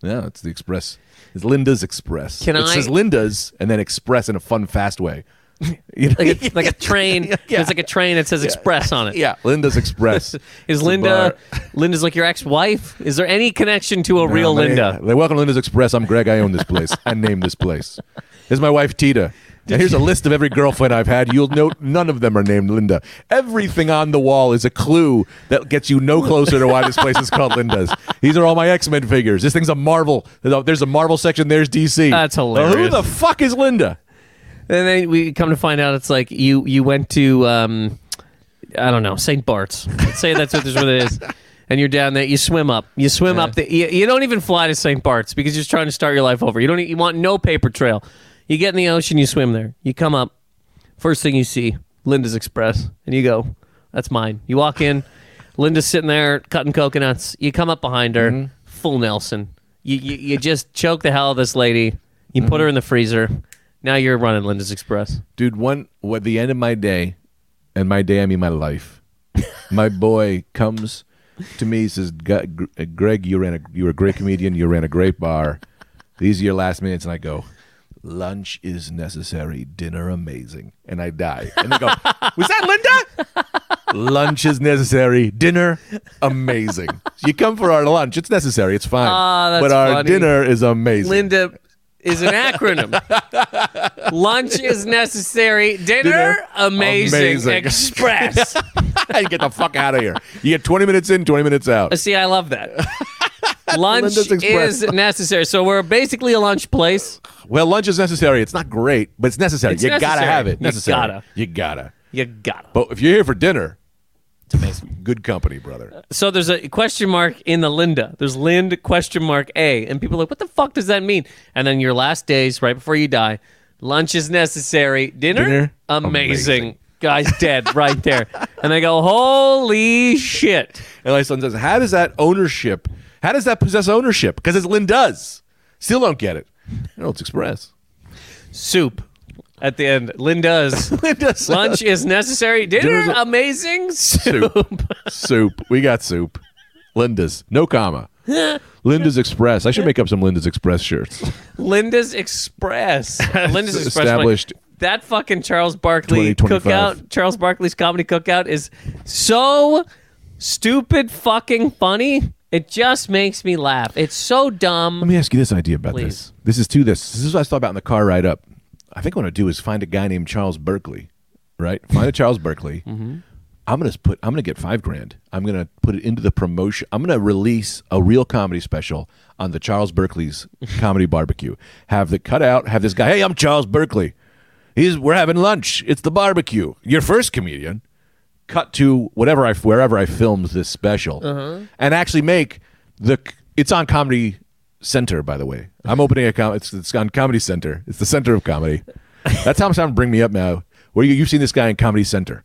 Speaker 2: Yeah, it's the Express. It's Linda's Express.
Speaker 3: Can
Speaker 2: it
Speaker 3: I-
Speaker 2: says Linda's and then Express in a fun, fast way. You know?
Speaker 3: like a, like a train.
Speaker 2: Yeah.
Speaker 3: It's like a train that says Express on it.
Speaker 2: yeah, Linda's Express. It's
Speaker 3: Is
Speaker 2: a
Speaker 3: Linda?
Speaker 2: bar.
Speaker 3: Linda's like your ex-wife. Is there any connection to a
Speaker 2: No,
Speaker 3: real
Speaker 2: my-
Speaker 3: Linda?
Speaker 2: Welcome to Linda's Express. I'm Greg. I own this place. I named this place. This is my wife Tita. Now, here's a list of every girlfriend I've had. You'll note none of them are named Linda. Everything on the wall is a clue that gets you no closer to why this place is called Linda's. These are all my X Men figures. This thing's a Marvel. There's a Marvel section. There's DC.
Speaker 3: That's
Speaker 2: Who
Speaker 3: hilarious.
Speaker 2: the fuck is Linda?
Speaker 3: And then we come to find out it's like you you went to um, I don't know St. Bart's. Let's say that's what, this, what it is. And you're down there. You swim up. You swim up. The, you, you don't even fly to St. Bart's because you're just trying to start your life over. You don't. e, You want no paper trail. You get in the ocean. You swim there. You come up. First thing you see, Linda's Express, and you go, "That's mine." You walk in. Linda's sitting there cutting coconuts. You come up behind her, full Nelson. You, you you just choke the hell out of this lady. You put her in the freezer. Now you're running Linda's Express.
Speaker 2: dude one at the end of my day and my day i mean my life my boy comes to me says "G- Gr- uh, greg you ran a you were a great comedian you ran a great bar these are your last minutes and i go lunch is necessary dinner amazing and i die and they go was that linda lunch is necessary dinner amazing you come for our lunch it's necessary it's fine
Speaker 3: Ah, that's
Speaker 2: but our
Speaker 3: funny.
Speaker 2: dinner is amazing
Speaker 3: Linda is an acronym. Lunch is necessary. Dinner,
Speaker 2: Dinner,
Speaker 3: amazing.
Speaker 2: amazing.
Speaker 3: Express.
Speaker 2: you get the fuck out of here you get 20 minutes in 20 minutes out
Speaker 3: See, I love that. Lunch
Speaker 2: Linda's Express.
Speaker 3: is necessary. So we're basically a lunch place.
Speaker 2: Well, lunch is necessary. It's not great, but it's necessary.
Speaker 3: It's
Speaker 2: you gotta
Speaker 3: necessary.
Speaker 2: have it.
Speaker 3: You
Speaker 2: Necessary.
Speaker 3: gotta.
Speaker 2: You gotta.
Speaker 3: You gotta.
Speaker 2: But if you're here for dinner, it's amazing. Good company, brother.
Speaker 3: So there's a question mark in the Linda. There's Lind question mark A, and people are like, what the fuck does that mean? And then your last days, right before you die, lunch is necessary. Dinner,
Speaker 2: Dinner,
Speaker 3: amazing.
Speaker 2: amazing.
Speaker 3: Guy's dead right there, and they go, holy shit.
Speaker 2: And my son says, "How does that ownership? How does that possess ownership? Because it's Lynn does. Still don't get it. No, it's Express.
Speaker 3: Soup at the end. Linda's
Speaker 2: Linda's
Speaker 3: lunch is necessary. Dinner,
Speaker 2: Dinner's a-
Speaker 3: amazing. Soup.
Speaker 2: soup. soup. We got soup. Linda's. No comma. Linda's Express. I should make up some Linda's Express shirts.
Speaker 3: Linda's Express. Linda's Express. like,
Speaker 2: Established-
Speaker 3: that fucking Charles Barkley
Speaker 2: 2025.
Speaker 3: cookout, Charles Barkley's comedy cookout is so stupid fucking funny. It just makes me laugh. It's so dumb.
Speaker 2: Let me ask you this idea about
Speaker 3: Please.
Speaker 2: this. This is to this. This is what I thought about in the car ride up. I think what I'm gonna do is find a guy named Charles Berkeley, right? Find a Charles Berkeley. I'm gonna put. I'm gonna get five grand. I'm gonna put it into the promotion. I'm gonna release a real comedy special on the Charles Berkeley's comedy barbecue. Have the cutout. Have this guy. Hey, I'm Charles Berkeley. He's we're having lunch. It's the barbecue. Your first comedian. Cut to whatever I wherever I filmed this special,
Speaker 3: Uh-huh.
Speaker 2: and actually make the. It's on Comedy Center, by the way. I'm opening a com. It's, it's on Comedy Center. It's the center of comedy. That's how much time bring me up now. Where you you've seen this guy in Comedy Center?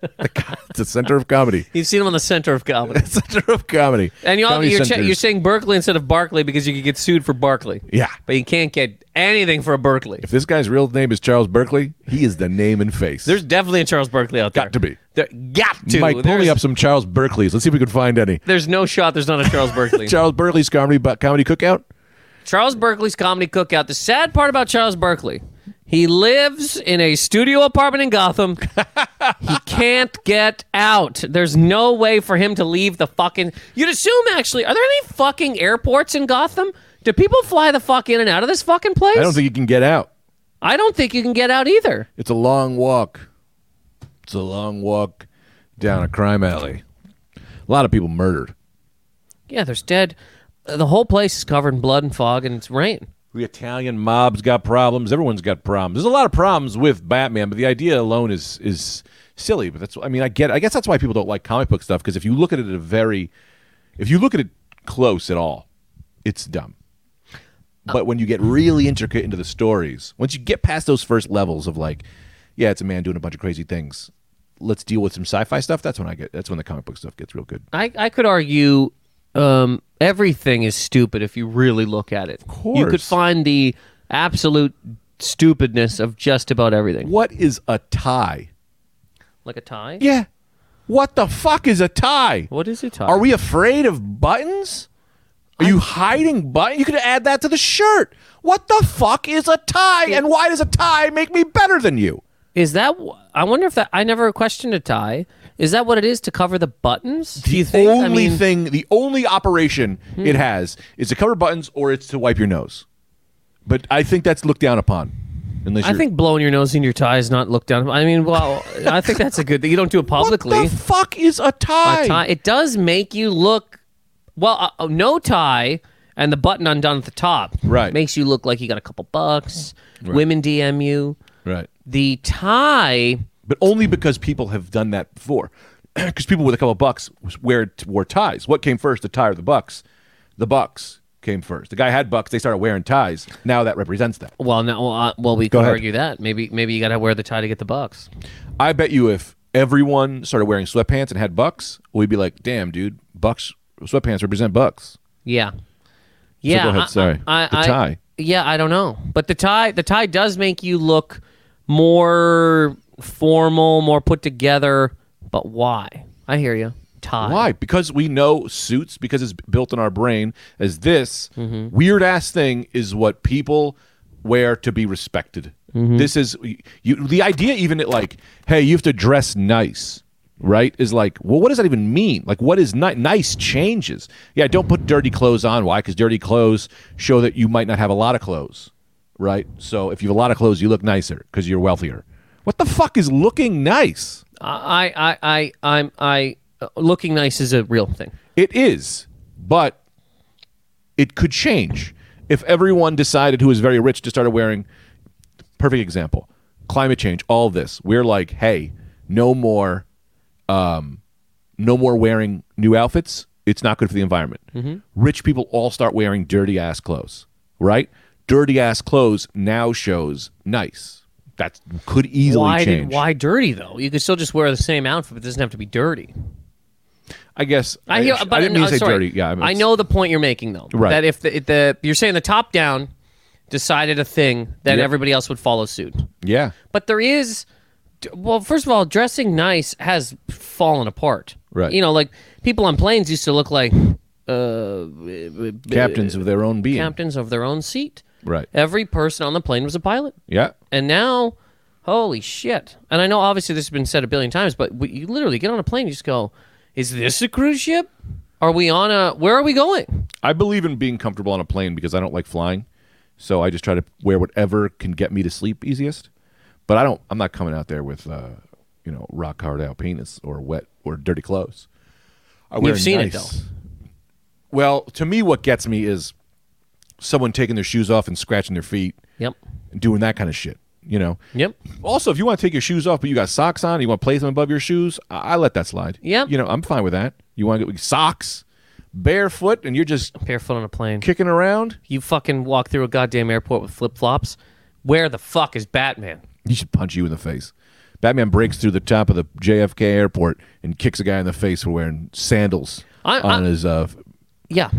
Speaker 2: The co- it's the center of comedy.
Speaker 3: You've seen him on the center of comedy.
Speaker 2: Center of comedy.
Speaker 3: And you all,
Speaker 2: Comedy
Speaker 3: you're, cha-
Speaker 2: Center's-
Speaker 3: you're saying Berkeley instead of Barkley because you could get sued for Barkley.
Speaker 2: Yeah.
Speaker 3: But you can't get anything for a Berkeley.
Speaker 2: if this guy's real name is Charles Berkeley, he is the name and face.
Speaker 3: There's definitely a Charles Barkley out there.
Speaker 2: Got to be.
Speaker 3: There, got to.
Speaker 2: Mike, pull
Speaker 3: there's,
Speaker 2: me up some Charles Berkeleys. Let's see if we can find any.
Speaker 3: there's no shot. There's not a Charles Barkley.
Speaker 2: Charles Berkeley's comedy bu- comedy cookout.
Speaker 3: Charles Barkley's comedy cookout. The sad part about Charles Barkley, he lives in a studio apartment in Gotham. he can't get out. There's no way for him to leave the fucking. You'd assume actually. Are there any fucking airports in Gotham? Do people fly the fuck in and out of this fucking place?
Speaker 2: I don't think you can get out.
Speaker 3: I don't think you can get out either.
Speaker 2: It's a long walk. It's a long walk down a crime alley. A lot of people murdered.
Speaker 3: Yeah, there's dead. uh, The whole place is covered in blood and fog, and it's rain.
Speaker 2: The Italian mob's got problems. Everyone's got problems. There's a lot of problems with Batman, but the idea alone is is silly. But that's I mean I get I guess that's why people don't like comic book stuff because if you look at it at a very if you look at it close at all, it's dumb. But when you get really intricate into the stories, once you get past those first levels of like, yeah, it's a man doing a bunch of crazy things. Let's deal with some sci-fi stuff. That's when I get. That's when the comic book stuff gets real good.
Speaker 3: I, I could argue um, everything is stupid if you really look at it. Of
Speaker 2: course.
Speaker 3: You could find the absolute stupidness of just about everything.
Speaker 2: What is a tie?
Speaker 3: Like a tie?
Speaker 2: Yeah. What the fuck is a tie?
Speaker 3: What is a tie?
Speaker 2: Are we afraid of buttons? Are you hiding buttons? You could add that to the shirt. What the fuck is a tie? And why does a tie make me better than you?
Speaker 3: Is that. wh- I wonder if that. I never questioned a tie. Is that what it is to cover the buttons? Do you think?
Speaker 2: only
Speaker 3: I mean, Hmm.
Speaker 2: thing, the only operation it has is to cover buttons or it's to wipe your nose. But I think that's looked down upon. Unless
Speaker 3: I
Speaker 2: you're-
Speaker 3: think blowing your nose in your tie is not looked down. upon. I mean, well, I think that's a good thing. You don't do it publicly.
Speaker 2: What the fuck is a tie?
Speaker 3: A tie- it does make you look well. Uh, no tie and the button undone at the top
Speaker 2: Right.
Speaker 3: makes you look like you got a couple bucks. Women DM you.
Speaker 2: Right.
Speaker 3: The tie,
Speaker 2: But only because people have done that before. Because people with a couple bucks wear wore ties. What came first, the tie or the bucks? The bucks came first. The guy had bucks. They started wearing ties. Now that represents that.
Speaker 3: well, no, well, uh, well, we could
Speaker 2: ahead.
Speaker 3: argue that maybe maybe you got to wear the tie to get the bucks.
Speaker 2: I bet you if everyone started wearing sweatpants and had bucks, we'd be like, damn, dude, bucks sweatpants represent bucks.
Speaker 3: Yeah, yeah.
Speaker 2: go ahead,
Speaker 3: I-
Speaker 2: sorry.
Speaker 3: I,
Speaker 2: The
Speaker 3: I-
Speaker 2: tie.
Speaker 3: Yeah, I don't know, but the tie the tie does make you look more formal, more put together. But why? I hear you. Tie.
Speaker 2: Why? Because we know suits, because it's built in our brain as this weird ass thing is what people wear to be respected. This is you, the idea, even at like, hey, you have to dress nice, right? Is like, well, what does that even mean? Like, what is ni- nice changes? Yeah, don't put dirty clothes on. Why? Because dirty clothes show that you might not have a lot of clothes, right? So if you have a lot of clothes, you look nicer because you're wealthier. What the fuck is looking nice?
Speaker 3: I I I I'm I uh, looking nice is a real thing.
Speaker 2: It is, but it could change. If everyone decided who was very rich to start wearing, perfect example, climate change, all this, we're like, hey, no more, um, no more wearing new outfits. It's not good for the environment.
Speaker 3: Mm-hmm.
Speaker 2: Rich people all start wearing dirty ass clothes, right? Dirty ass clothes now shows nice. That could easily
Speaker 3: Why
Speaker 2: change.
Speaker 3: did, why dirty though? You could still just wear the same outfit, but it doesn't have to be dirty.
Speaker 2: I guess
Speaker 3: I hear, but
Speaker 2: didn't mean
Speaker 3: no,
Speaker 2: to say
Speaker 3: sorry.
Speaker 2: dirty. Yeah, mean,
Speaker 3: I know the point you're making though.
Speaker 2: Right.
Speaker 3: That if the, if the you're saying the top down decided a thing, then
Speaker 2: Yep.
Speaker 3: everybody else would follow suit.
Speaker 2: Yeah,
Speaker 3: But there is, well, first of all, dressing nice has fallen apart.
Speaker 2: Right.
Speaker 3: You know, like people on planes used to look like uh,
Speaker 2: captains of their own being.
Speaker 3: captains of their own seat.
Speaker 2: Right.
Speaker 3: Every person on the plane was a pilot.
Speaker 2: Yeah.
Speaker 3: And now, holy shit. And I know obviously this has been said a billion times, but we, you literally get on a plane, you just go, is this a cruise ship? Are we on a, where are we going?
Speaker 2: I believe in being comfortable on a plane because I don't like flying. So I just try to wear whatever can get me to sleep easiest. But I don't. I'm not coming out there with, uh, you know, rock hard out penis or wet or dirty clothes. I wear
Speaker 3: You've seen it,
Speaker 2: nice- Well, to me, what gets me is someone taking their shoes off and scratching their feet,
Speaker 3: Yep.
Speaker 2: and doing that kind of shit. You know.
Speaker 3: Yep.
Speaker 2: Also, if you want to take your shoes off, but you got socks on, you want to place them above your shoes, I, I let that slide.
Speaker 3: Yep.
Speaker 2: You know, I'm fine with that. You want to go socks, barefoot, and you're just
Speaker 3: Barefoot on a plane.
Speaker 2: kicking around.
Speaker 3: You fucking walk through a goddamn airport with flip flops. Where the fuck is Batman?
Speaker 2: He should punch you in the face. Batman breaks through the top of the JFK airport and kicks a guy in the face for wearing sandals
Speaker 3: I- I-
Speaker 2: on his uh,
Speaker 3: Yeah.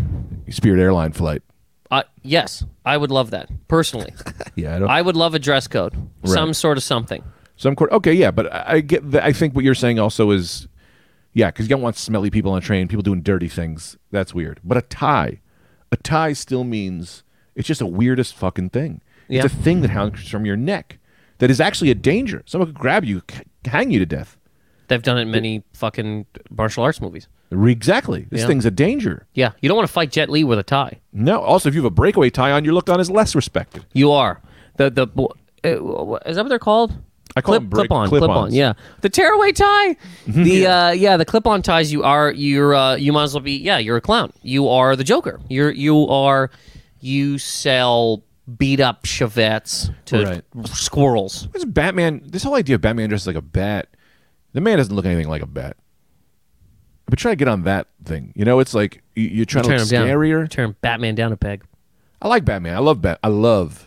Speaker 2: Spirit Airline flight.
Speaker 3: Uh, yes, I would love that personally.
Speaker 2: Yeah, I don't.
Speaker 3: I would love a dress code, some sort of something.
Speaker 2: some court. Okay, yeah, but I I get. The, I think what you're saying also is, yeah, because you don't want smelly people on a train, people doing dirty things. That's weird. But a tie, a tie still means it's just the weirdest fucking thing.
Speaker 3: Yeah.
Speaker 2: It's a thing that hangs from your neck that is actually a danger. Someone could grab you, c- hang you to death.
Speaker 3: They've done it in many fucking martial arts movies.
Speaker 2: Exactly. This
Speaker 3: Yeah.
Speaker 2: thing's a danger.
Speaker 3: Yeah, you don't want to fight Jet Li with a tie.
Speaker 2: No. Also, if you have a breakaway tie on, you're looked on as less respected.
Speaker 3: You are the the bo- uh, wh- is that what they're called?
Speaker 2: I call
Speaker 3: clip,
Speaker 2: them break-
Speaker 3: clip on,
Speaker 2: clip-ons.
Speaker 3: clip on. Yeah, the tearaway tie. The uh, yeah, the clip on ties. You are you're uh, you might as well be yeah. You're a clown. You are the Joker. You're you are you sell beat up Chevettes to squirrels.
Speaker 2: This Batman. This whole idea of Batman dressed like a bat. The man doesn't look anything like a bat. But try to get on that thing. You know, it's like you- you're trying
Speaker 3: Turn
Speaker 2: to
Speaker 3: him
Speaker 2: look
Speaker 3: down.
Speaker 2: scarier.
Speaker 3: Turn Batman down a peg.
Speaker 2: I like Batman. I love Bat. I love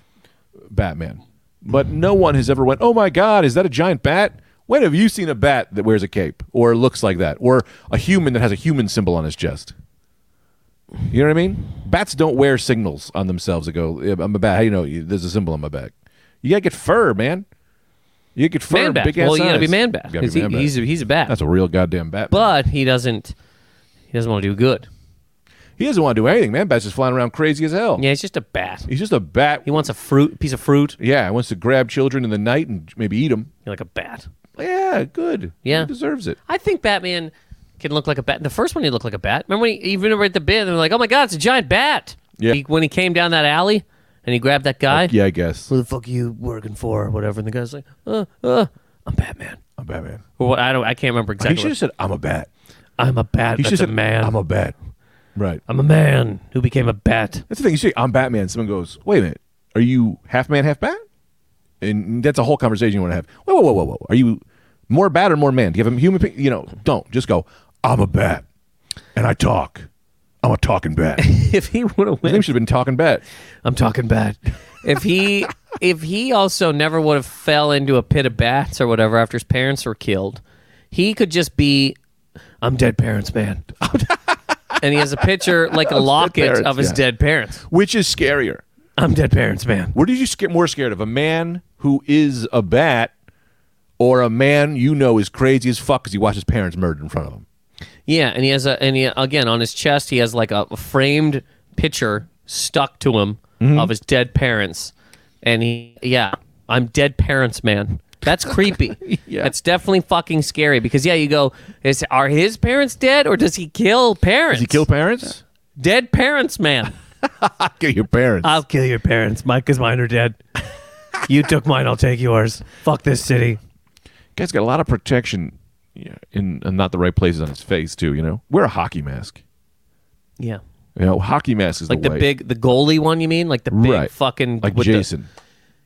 Speaker 2: Batman. But no one has ever went. Oh my God, is that a giant bat? When have you seen a bat that wears a cape or looks like that, or a human that has a human symbol on his chest? You know what I mean? Bats don't wear signals on themselves that go, "Yeah, "I'm a bat." How you know you- there's a symbol on my back? You gotta get fur, man. You gotta get fur,
Speaker 3: Man bat.
Speaker 2: big ass
Speaker 3: Well, you gotta be
Speaker 2: eyes.
Speaker 3: man bat.
Speaker 2: You gotta be
Speaker 3: 'cause he-
Speaker 2: man bat.
Speaker 3: He's a, he's a bat.
Speaker 2: That's a real goddamn bat.
Speaker 3: but he doesn't he doesn't want to do good.
Speaker 2: he doesn't want to do anything, man. Bat's just flying around crazy as hell.
Speaker 3: Yeah, he's just a bat.
Speaker 2: He's just a bat.
Speaker 3: He wants a fruit piece of fruit.
Speaker 2: yeah, wants to grab children in the night and maybe eat them.
Speaker 3: You're like a bat.
Speaker 2: Yeah, good.
Speaker 3: Yeah.
Speaker 2: he deserves it.
Speaker 3: I think Batman can look like a bat. The first one, he looked like a bat. Remember when he even over at the bin, they were like, "Oh my god, it's a giant bat!"
Speaker 2: Yeah.
Speaker 3: He- when he came down that alley and he grabbed that guy.
Speaker 2: Yeah, I guess.
Speaker 3: Who the fuck are you working for? Or whatever. And the guy's like, uh, uh, I'm Batman.
Speaker 2: I'm Batman.
Speaker 3: Or what? I don't. I can't remember
Speaker 2: He
Speaker 3: exactly.
Speaker 2: should have said, "I'm a bat."
Speaker 3: what- I'm a bat.
Speaker 2: He
Speaker 3: That's
Speaker 2: should
Speaker 3: a
Speaker 2: have said,
Speaker 3: man.
Speaker 2: "I'm a bat." Right.
Speaker 3: I'm a man who became a bat.
Speaker 2: Um, That's the thing. You say, "I'm Batman." Someone goes, "Wait a minute. Are you half man, half bat?" And that's a whole conversation you want to have. Whoa, whoa, whoa, whoa, whoa. Are you more bat or more man? Do you have a human? pe- You know, don't just go. I'm a bat, and I talk. I'm a talking bat. His
Speaker 3: if he would have
Speaker 2: name
Speaker 3: went,
Speaker 2: should have been Talking Bat.
Speaker 3: I'm talking bat. If he, if he also never would have fell into a pit of bats or whatever after his parents were killed, he could just be, I'm dead parents, man. and he has a picture like a locket
Speaker 2: parents,
Speaker 3: of his
Speaker 2: yeah.
Speaker 3: dead parents.
Speaker 2: Which is scarier?
Speaker 3: I'm dead parents, man.
Speaker 2: What are you sca- more scared of? A man who is a bat, or a man you know is crazy as fuck because he watched his parents murdered in front of him?
Speaker 3: Yeah, and he has a and he again on his chest he has like a, a framed picture stuck to him
Speaker 5: Mm-hmm.
Speaker 3: of his dead parents, and he yeah I'm dead parents man. That's creepy.
Speaker 2: Yeah.
Speaker 3: That's definitely fucking scary because yeah you go is are his parents dead or does he kill parents?
Speaker 2: Does he kill parents?
Speaker 3: dead parents man.
Speaker 2: I kill your parents.
Speaker 3: Uh,
Speaker 5: I'll kill your parents. Mike, because mine are dead. you took mine. I'll take yours. Fuck this city.
Speaker 2: guy's got a lot of protection yeah, in, in not the right places on his face too. You know, wear a hockey mask.
Speaker 3: Yeah.
Speaker 2: You know, hockey mask is
Speaker 3: Like the
Speaker 2: way.
Speaker 3: big, the goalie one, you mean? Like the big
Speaker 2: Right.
Speaker 3: fucking
Speaker 2: like
Speaker 3: with the-
Speaker 2: Jason.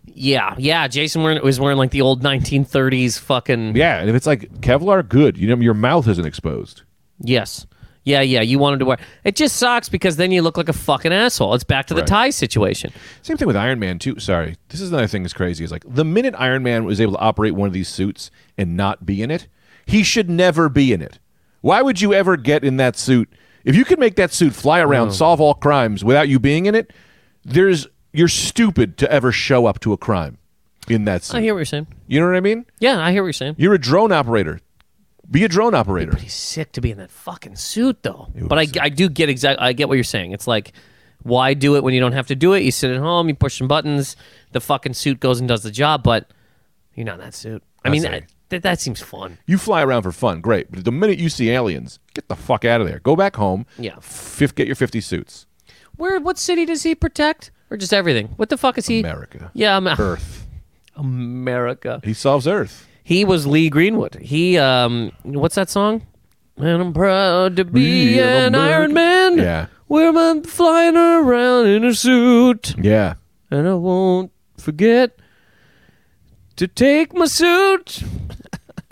Speaker 3: yeah, yeah. Jason wearing, was wearing like the old 1930s fucking.
Speaker 2: yeah, and if it's like Kevlar, good. You know, your mouth isn't exposed.
Speaker 3: Yes. Yeah, yeah. You wanted to wear. It just sucks because then you look like a fucking asshole. It's back to the
Speaker 2: Right.
Speaker 3: tie situation.
Speaker 2: Same thing with Iron Man too. Sorry, this is another thing that's crazy. Is like the minute Iron Man was able to operate one of these suits and not be in it, he should never be in it. Why would you ever get in that suit if you could make that suit fly around, solve all crimes without you being in it? There's you're stupid to ever show up to a crime in that
Speaker 3: I
Speaker 2: suit.
Speaker 3: hear what you're saying.
Speaker 2: You know what I mean?
Speaker 3: Yeah, I hear what you're saying.
Speaker 2: You're a drone operator. Be a drone operator.
Speaker 3: He's sick to be in that fucking suit though. But I, I do get exact. I get what you're saying. It's like, why do it when you don't have to do it? You sit at home, you push some buttons, the fucking suit goes and does the job. But you're not in that suit. I, mean,
Speaker 2: see.
Speaker 3: that, that that seems fun.
Speaker 2: You fly around for fun, great. But the minute you see aliens, get the fuck out of there. Go back home.
Speaker 3: Yeah.
Speaker 2: Fifth, get your 50 suits.
Speaker 3: Where? What city does he protect? Or just everything? What the fuck is he?
Speaker 2: America.
Speaker 3: Yeah, I'm
Speaker 2: Earth.
Speaker 3: America.
Speaker 2: He solves Earth.
Speaker 3: He was Lee Greenwood. He um what's that song? And I'm proud to be
Speaker 2: Be an
Speaker 3: an Iron Man.
Speaker 2: Yeah.
Speaker 3: Where I'm flying around in a suit.
Speaker 2: Yeah.
Speaker 3: And I won't forget to take my suit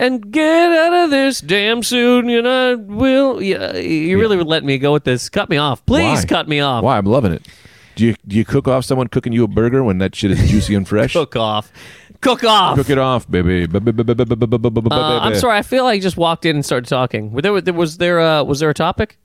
Speaker 3: and get out of this damn suit. And I will. Yeah, you really would let me go with this. Cut me off. Please
Speaker 2: Why?
Speaker 3: cut me off.
Speaker 2: Why? I'm loving it. Do you, do you cook off someone cooking you a burger when that shit is juicy and fresh?
Speaker 3: Cook off. Cook off.
Speaker 2: Cook it off, baby.
Speaker 3: Uh, I'm
Speaker 2: I'm
Speaker 3: sorry. I feel like I just walked in and started talking. Were there, was there uh, was there a topic?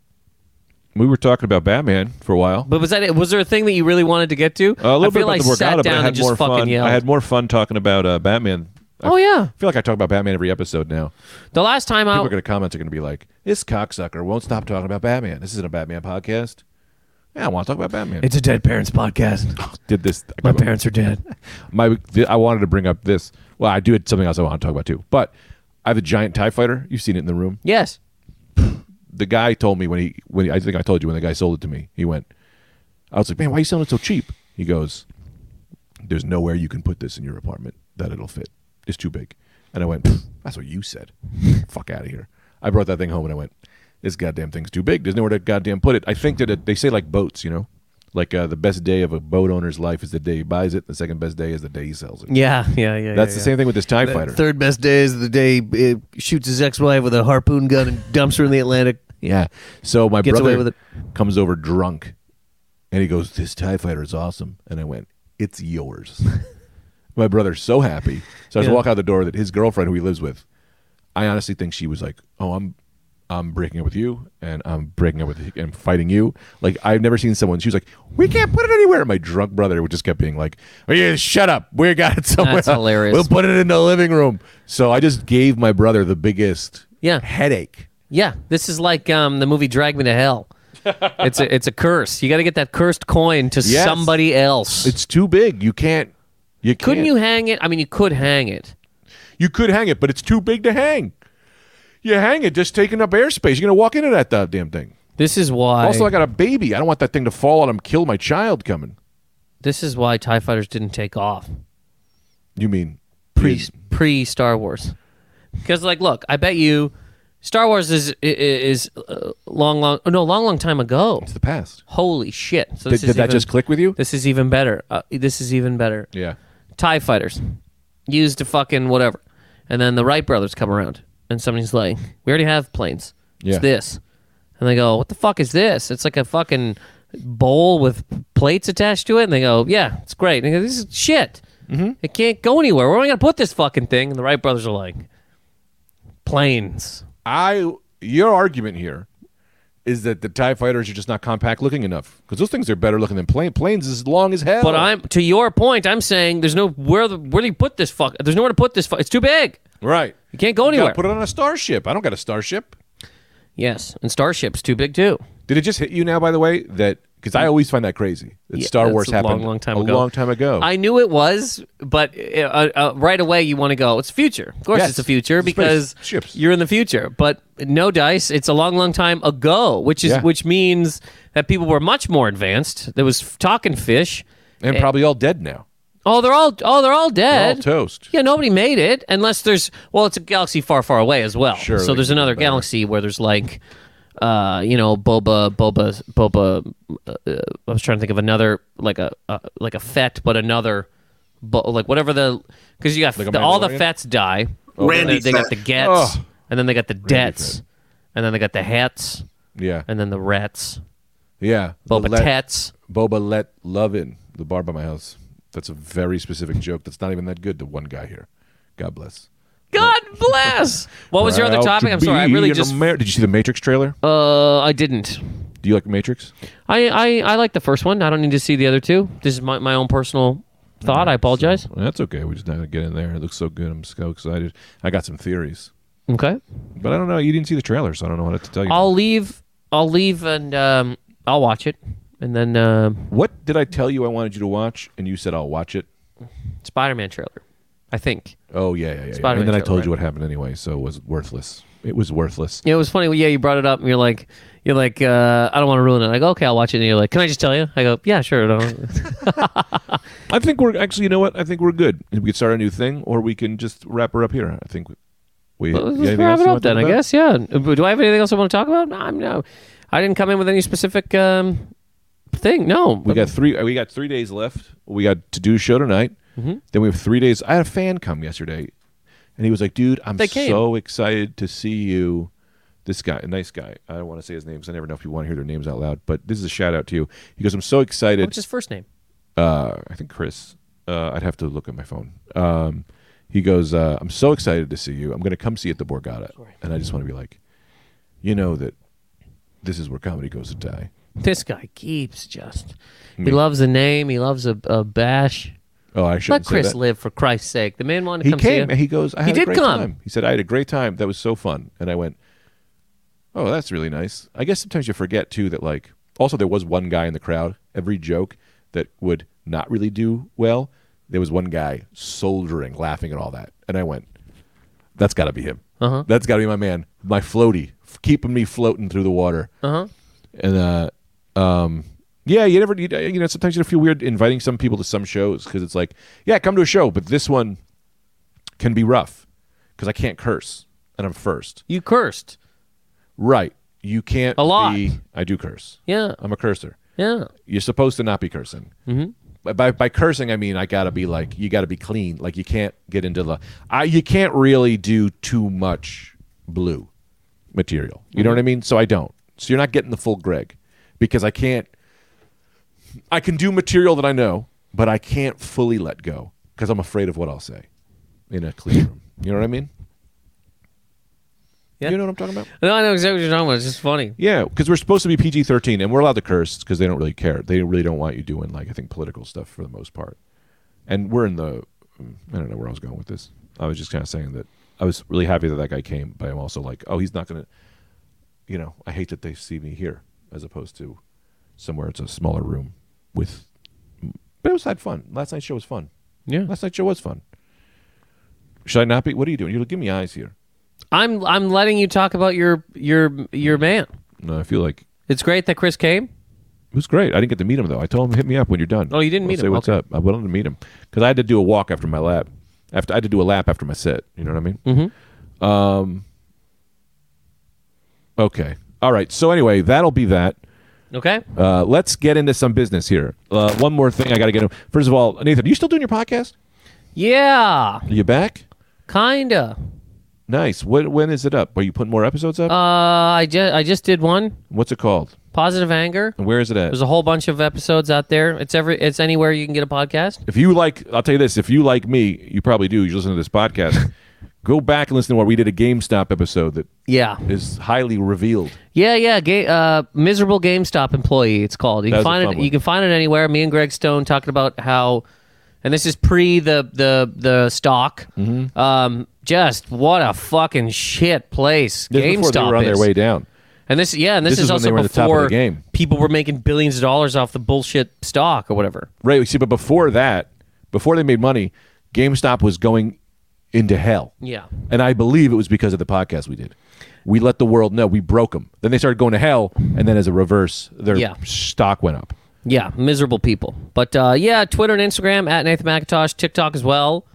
Speaker 2: We were talking about Batman for a while. Uh,
Speaker 3: But was that it? Was there a thing that you really wanted to get to?
Speaker 2: A little
Speaker 3: I
Speaker 2: bit
Speaker 3: feel
Speaker 2: about
Speaker 3: like
Speaker 2: the
Speaker 3: sat
Speaker 2: workout, but
Speaker 3: down
Speaker 2: I
Speaker 3: and
Speaker 2: had
Speaker 3: just
Speaker 2: more
Speaker 3: fucking
Speaker 2: fun.
Speaker 3: yelled.
Speaker 2: I had more fun talking about uh, Batman. I
Speaker 3: oh yeah,
Speaker 2: feel like I talk about Batman every episode now.
Speaker 3: the last time I
Speaker 2: People are going to comments are going to be like, "This cocksucker won't stop talking about Batman. This isn't a Batman podcast." Yeah, I want to talk about Batman.
Speaker 5: It's a dead parents podcast.
Speaker 2: did this.
Speaker 5: My parents are dead.
Speaker 2: My th- I wanted to bring up this. Well, I do had something else I want to talk about too. But I have a giant Tie Fighter. You've seen it in the room.
Speaker 3: yes,
Speaker 2: The guy told me when he when he, I think I told you when the guy sold it to me. He went. I was like, man, why are you selling it so cheap? He goes, there's nowhere you can put this in your apartment that it'll fit. It's too big. And I went, "Pfft, that's what you said. Fuck out of here. I brought that thing home and I went, this goddamn thing's too big. There's nowhere to goddamn put it. I think that it, they say like boats, you know, like uh, the best day of a boat owner's life is the day he buys it. The second best day is the day he sells it.
Speaker 5: Yeah, yeah, yeah.
Speaker 2: That's the same thing with this Tie Fighter.
Speaker 5: Third best day is the day it shoots his ex-wife with a harpoon gun and dumps her in the Atlantic.
Speaker 2: Yeah. So my
Speaker 5: Gets
Speaker 2: brother
Speaker 5: away with it.
Speaker 2: comes over drunk, and he goes, "This Tie Fighter is awesome," and I went, "It's yours." my brother's so happy. So I just
Speaker 5: Yeah.
Speaker 2: walk out the door that his girlfriend, who he lives with, I honestly think she was like, "Oh, I'm." I'm breaking up with you, and I'm breaking up with and fighting you. Like I've never seen someone. She was like, "We can't put it anywhere." And my drunk brother would just kept being like, oh, yeah, "Shut up, we got it somewhere."
Speaker 3: That's
Speaker 2: else.
Speaker 3: hilarious.
Speaker 2: We'll put it in the living room. So I just gave my brother the biggest
Speaker 3: Yeah.
Speaker 2: headache.
Speaker 3: yeah. This is like um, the movie Drag Me to Hell. it's a it's a curse. You got to get that cursed coin to
Speaker 2: Yes.
Speaker 3: somebody else.
Speaker 2: It's too big. You can't. You can't.
Speaker 3: Couldn't you hang it? I mean, you could hang it.
Speaker 2: You could hang it, but it's too big to hang. You hang it, just taking up airspace. You're gonna walk into that goddamn thing.
Speaker 3: This is why.
Speaker 2: Also, I got a baby. I don't want that thing to fall on him, kill my child coming.
Speaker 3: This is why Tie Fighters didn't take off
Speaker 2: You mean
Speaker 3: pre pre Star Wars, because like, look, I bet you, Star Wars is i- i- is uh, long long oh, no long long time ago.
Speaker 2: It's the past.
Speaker 3: Holy shit! So
Speaker 2: Did,
Speaker 3: this
Speaker 2: did
Speaker 3: is
Speaker 2: that
Speaker 3: even-
Speaker 2: just click with you?
Speaker 3: This is even better. Uh, this is even better.
Speaker 2: Yeah.
Speaker 3: TIE fighters used to fucking whatever. And then the Wright brothers come around and somebody's like, we already have planes.
Speaker 2: Yeah.
Speaker 3: It's this. And they go, what the fuck is this? It's like a fucking bowl with plates attached to it. And they go, yeah, it's great. And they go, this is shit.
Speaker 2: Mm-hmm.
Speaker 3: It can't go anywhere. Where am I going to put this fucking thing? And the Wright brothers are like, planes.
Speaker 2: I your argument here is that the Tie Fighters are just not compact looking enough because those things are better looking than plane. Planes is long as hell.
Speaker 3: But I'm to your point. I'm saying there's no where the, where do you put this fuck? There's nowhere to put this fuck. It's too big.
Speaker 2: right.
Speaker 3: You can't go
Speaker 2: You gotta
Speaker 3: anywhere.
Speaker 2: put it on a starship. I don't got a starship.
Speaker 3: yes, and Starship's too big too.
Speaker 2: Did it just hit you now? By the way, that because I always find that crazy that
Speaker 3: Mm. Yeah,
Speaker 2: Star
Speaker 3: that's
Speaker 2: Wars
Speaker 3: a long,
Speaker 2: happened
Speaker 3: long time
Speaker 2: a
Speaker 3: ago.
Speaker 2: long time ago.
Speaker 3: I knew it was, but uh, uh, right away you want to go. It's future, of course.
Speaker 2: Yes.
Speaker 3: It's the future
Speaker 2: Space
Speaker 3: because
Speaker 2: ships.
Speaker 3: you're in the future. But no dice. It's a long, long time ago, which is
Speaker 2: Yeah.
Speaker 3: which means that people were much more advanced. There was f- talking fish.
Speaker 2: and probably all dead now.
Speaker 3: Oh, they're all oh they're all
Speaker 2: They're
Speaker 3: eh, dead.
Speaker 2: all toast.
Speaker 3: Yeah, nobody made it unless there's well, it's a galaxy far, far away as well.
Speaker 2: Sure,
Speaker 3: So
Speaker 2: they
Speaker 3: there's
Speaker 2: can
Speaker 3: another
Speaker 2: do better.
Speaker 3: galaxy where there's like, uh, you know, Boba, Boba, Boba. Uh, I was trying to think of another like a uh, like a Fett, but another, bo- like whatever the because you got
Speaker 2: a
Speaker 3: the, all the
Speaker 2: Mandalorian? Oh,
Speaker 3: Fets die.
Speaker 4: Randy
Speaker 3: they, they got
Speaker 4: Fett.
Speaker 3: the Gets,
Speaker 2: Ugh.
Speaker 3: and then they got the Debts, and then they got the Hats,
Speaker 2: Yeah,
Speaker 3: and then the Rats,
Speaker 2: yeah.
Speaker 3: Boba
Speaker 2: The let-
Speaker 3: Tets.
Speaker 2: Boba let love in the bar by my house. That's a very specific joke. That's not even that good to one guy here. God bless.
Speaker 3: God bless. What was your other
Speaker 2: Proud
Speaker 3: topic?
Speaker 2: to
Speaker 3: I'm sorry, I
Speaker 2: be
Speaker 3: really
Speaker 2: an
Speaker 3: just
Speaker 2: Amer- Did you see the Matrix trailer?
Speaker 3: uh I didn't.
Speaker 2: Do you like Matrix?
Speaker 3: I, I, I like the first one. I don't need to see the other two. This is my, my own personal thought. I apologize.
Speaker 2: That's okay. We just not gonna get in there. It looks so good. I'm so excited. I got some theories,
Speaker 3: Okay.
Speaker 2: but I don't know. You didn't see the trailer, so I don't know what to tell you.
Speaker 3: I'll leave. I'll leave and um, I'll watch it. And then uh,
Speaker 2: what did I tell you I wanted you to watch, and you said I'll watch it?
Speaker 3: Spider Man trailer, I think.
Speaker 2: Oh yeah, yeah, yeah. yeah.
Speaker 3: Spider-Man
Speaker 2: And then I
Speaker 3: trailer,
Speaker 2: told
Speaker 3: right.
Speaker 2: you what happened anyway, so it was worthless. It was worthless.
Speaker 3: Yeah, it was funny. Yeah, you brought it up and you're like, you're like, uh, I don't want to ruin it. I go, okay, I'll watch it. And you're like, can I just tell you? I go, yeah, sure. No.
Speaker 2: I think we're actually. You know what? I think we're good. We could start a new thing, or we can just wrap her up here. I think. We, you got
Speaker 3: Let's
Speaker 2: anything
Speaker 3: wrap
Speaker 2: else
Speaker 3: it
Speaker 2: you
Speaker 3: up
Speaker 2: want to
Speaker 3: then,
Speaker 2: talk
Speaker 3: I
Speaker 2: about?
Speaker 3: guess. Yeah. But Do I have anything else I want to talk about? No, I'm no. I didn't come in with any specific um, thing. No.
Speaker 2: We got three. We got three days left. We got to do a show tonight.
Speaker 3: Mm-hmm.
Speaker 2: Then we have three days. I had a fan come yesterday, and he was like, "Dude, I'm
Speaker 3: They came.
Speaker 2: so excited to see you." This guy, a nice guy. I don't want to say his name because I never know if people want to hear their names out loud. But this is a shout out to you. He goes, "I'm so excited."
Speaker 3: What's his first name?
Speaker 2: uh, I think Chris. Uh, I'd have to look at my phone. Um, he goes, uh, "I'm so excited to see you. I'm going to come see you at the Borgata." And I just want to be like, you know that this is where comedy goes to die.
Speaker 3: This guy keeps just. He loves a name. He loves a, a bash.
Speaker 2: Oh, I should
Speaker 3: Let Chris live for Christ's sake. The man wanted to
Speaker 2: He
Speaker 3: come see
Speaker 2: came
Speaker 3: you.
Speaker 2: and he goes, I had
Speaker 3: He
Speaker 2: a
Speaker 3: did
Speaker 2: great
Speaker 3: come.
Speaker 2: time. He said, I had a great time. That was so fun. And I went, Oh, that's really nice. I guess sometimes you forget too that like also there was one guy in the crowd, every joke that would not really do well, there was one guy soldering, laughing and all that. And I went, That's gotta be him. Uh-huh. That's gotta be my man. My floaty. f- Keeping me floating through the water. Uh-huh. And uh um yeah, you never, you, you know, sometimes you feel weird inviting some people to some shows because it's like, yeah, come to a show, but this one, can be rough because I can't curse and I'm first.
Speaker 3: you cursed.
Speaker 2: Right. You can't
Speaker 3: A lot.
Speaker 2: be- I do curse.
Speaker 3: Yeah.
Speaker 2: I'm a cursor.
Speaker 3: Yeah.
Speaker 2: You're supposed to not be cursing. Mm-hmm. By by cursing, I mean I gotta be like you gotta be clean. Like you can't get into the. I you can't really do too much blue material. You know what I mean? So I don't. So you're not getting the full Greg because I can't. I can do material that I know, but I can't fully let go because I'm afraid of what I'll say in a clean room. You know what I mean?
Speaker 3: Yeah.
Speaker 2: You know what I'm talking about?
Speaker 3: No, I know exactly what you're talking about. It's just funny.
Speaker 2: Yeah, because we're supposed to be PG thirteen, and we're allowed to curse because they don't really care. They really don't want you doing like I think political stuff for the most part. And we're in the mm, I don't know where I was going with this. I was just kind of saying that I was really happy that that guy came, but I'm also like, oh, he's not gonna. You know, I hate that they see me here as opposed to somewhere it's a smaller room with. But it was had fun. Last night's show was fun.
Speaker 3: Yeah.
Speaker 2: Last night's show was fun. Should I not be? What are you doing? You're give me eyes here.
Speaker 3: I'm I'm letting you talk about your your your man.
Speaker 2: No, I feel like
Speaker 3: It's great that Chris came.
Speaker 2: It was great. I didn't get to meet him though. I told him hit me up when you're done.
Speaker 3: Oh, you didn't
Speaker 2: I'll
Speaker 3: meet
Speaker 2: say
Speaker 3: him.
Speaker 2: what's
Speaker 3: Okay.
Speaker 2: up. I wanted to meet him because I had to do a walk after my lap. After I had to do a lap after my set. You know what I mean? Mm-hmm. Um. Okay. All right. So anyway, that'll be that.
Speaker 3: Okay.
Speaker 2: Uh, let's get into some business here. Uh, one more thing I got to get. in. First of all, Nathan, are you still doing your podcast?
Speaker 3: Yeah.
Speaker 2: Are you back?
Speaker 3: Kinda.
Speaker 2: Nice. When, when is it up? Are you putting more episodes up?
Speaker 3: Uh, I just I just did one
Speaker 2: What's it called?
Speaker 3: positive anger.
Speaker 2: And where is it at?
Speaker 3: There's a whole bunch of episodes out there. It's every it's anywhere you can get a podcast.
Speaker 2: if you like, I'll tell you this. If you like me, you probably do. You listen to this podcast. go back and listen to what we did a GameStop episode that
Speaker 3: Yeah.
Speaker 2: is highly revealed.
Speaker 3: Yeah, yeah. Ga- uh, miserable GameStop employee. It's called. You
Speaker 2: That
Speaker 3: can
Speaker 2: was a
Speaker 3: find
Speaker 2: fun
Speaker 3: it.
Speaker 2: one.
Speaker 3: You can find it anywhere. Me and Greg Stone talking about how, and this is pre the the the stock.
Speaker 2: Mm-hmm.
Speaker 3: Um, just what a fucking shit place
Speaker 2: This is
Speaker 3: GameStop
Speaker 2: before they were on
Speaker 3: is.
Speaker 2: their way down.
Speaker 3: And this, yeah, and this,
Speaker 2: This
Speaker 3: is,
Speaker 2: is when
Speaker 3: also
Speaker 2: they were at the top of
Speaker 3: before
Speaker 2: the game.
Speaker 3: people were making billions of dollars off the bullshit stock or whatever.
Speaker 2: Right. See, but before that, before they made money, GameStop was going into hell.
Speaker 3: Yeah.
Speaker 2: And I believe it was because of the podcast we did. We let the world know we broke them. Then they started going to hell, and then as a reverse, their
Speaker 3: Yeah.
Speaker 2: stock went up.
Speaker 3: Yeah, miserable people. But uh, yeah, Twitter and Instagram at Nathan McIntosh, TikTok as well.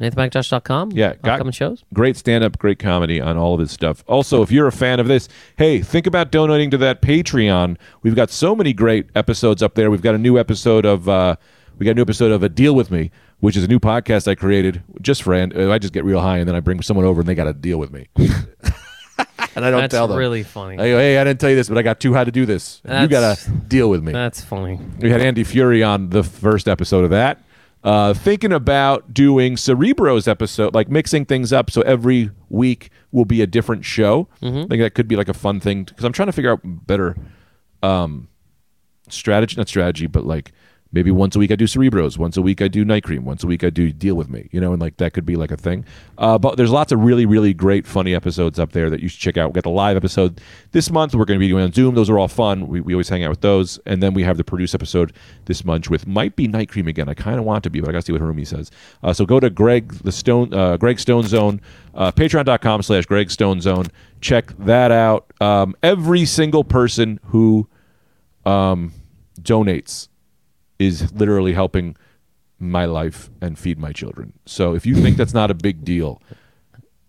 Speaker 3: NathanMcIntosh.com.
Speaker 2: Yeah, got-
Speaker 3: upcoming shows.
Speaker 2: Great stand up, great comedy on all of his stuff. Also, if you're a fan of this, hey, think about donating to that Patreon. We've got so many great episodes up there. We've got a new episode of uh, we got a new episode of A Deal with Me, which is a new podcast I created just for and I just get real high and then I bring someone over and they got to deal with me. and I don't
Speaker 3: That's
Speaker 2: tell them.
Speaker 3: really funny.
Speaker 2: I go, hey, I didn't tell you this, but I got too high to do this. And you got
Speaker 3: That's-
Speaker 2: to deal with me.
Speaker 3: That's funny.
Speaker 2: We had Andy Fury on the first episode of that. Uh, thinking about doing Cerebro's episode, like mixing things up, so every week will be a different show. I think that could be like a fun thing because I'm trying to figure out better um, strategy, not strategy, but like maybe once a week I do Cerebros, once a week I do Night Cream, once a week I do Deal with Me, you know, and like that could be like a thing. Uh, but there's lots of really, really great, funny episodes up there that you should check out. We got the live episode this month. We're going to be doing on Zoom. Those are all fun. We, we always hang out with those, and then we have the produce episode this month with might be Night Cream again. I kind of want to be, but I got to see what Harumi says. Uh, so go to Greg the Stone, uh, Greg Stone Zone, uh, Patreon.com/slash Greg Stone Zone. Check that out. Um, every single person who donates is literally helping my life and feed my children. So if you think that's not a big deal,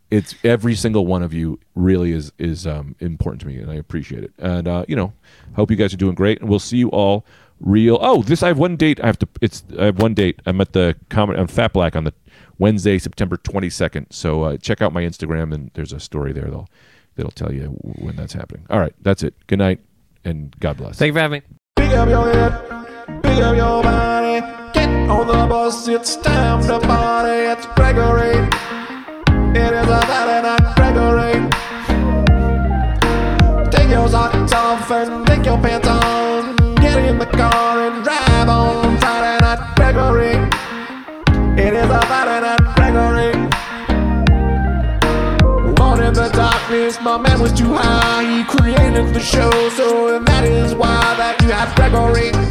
Speaker 2: it's every single one of you really is is um, important to me, and I appreciate it. And uh, you know, hope you guys are doing great, and we'll see you all real. Oh, this I have one date. I have to. It's I have one date. I'm at the comment on Fat Black on the Wednesday, September 22nd. So uh, check out my Instagram, and there's a story there that'll that'll tell you when that's happening. All right, that's it. Good night, and God bless.
Speaker 3: Thank you for having me.
Speaker 1: Pick up your head, pick up your body. Get on the bus, it's time to party. It's Gregory. It is a Saturday night, Gregory. Take your socks off and take your pants on. Get in the car and drive on Friday night, Gregory. It is a Friday night, Gregory. Born in the darkness, my man was too high. He created the show, so that is why that you have Gregory. Oh,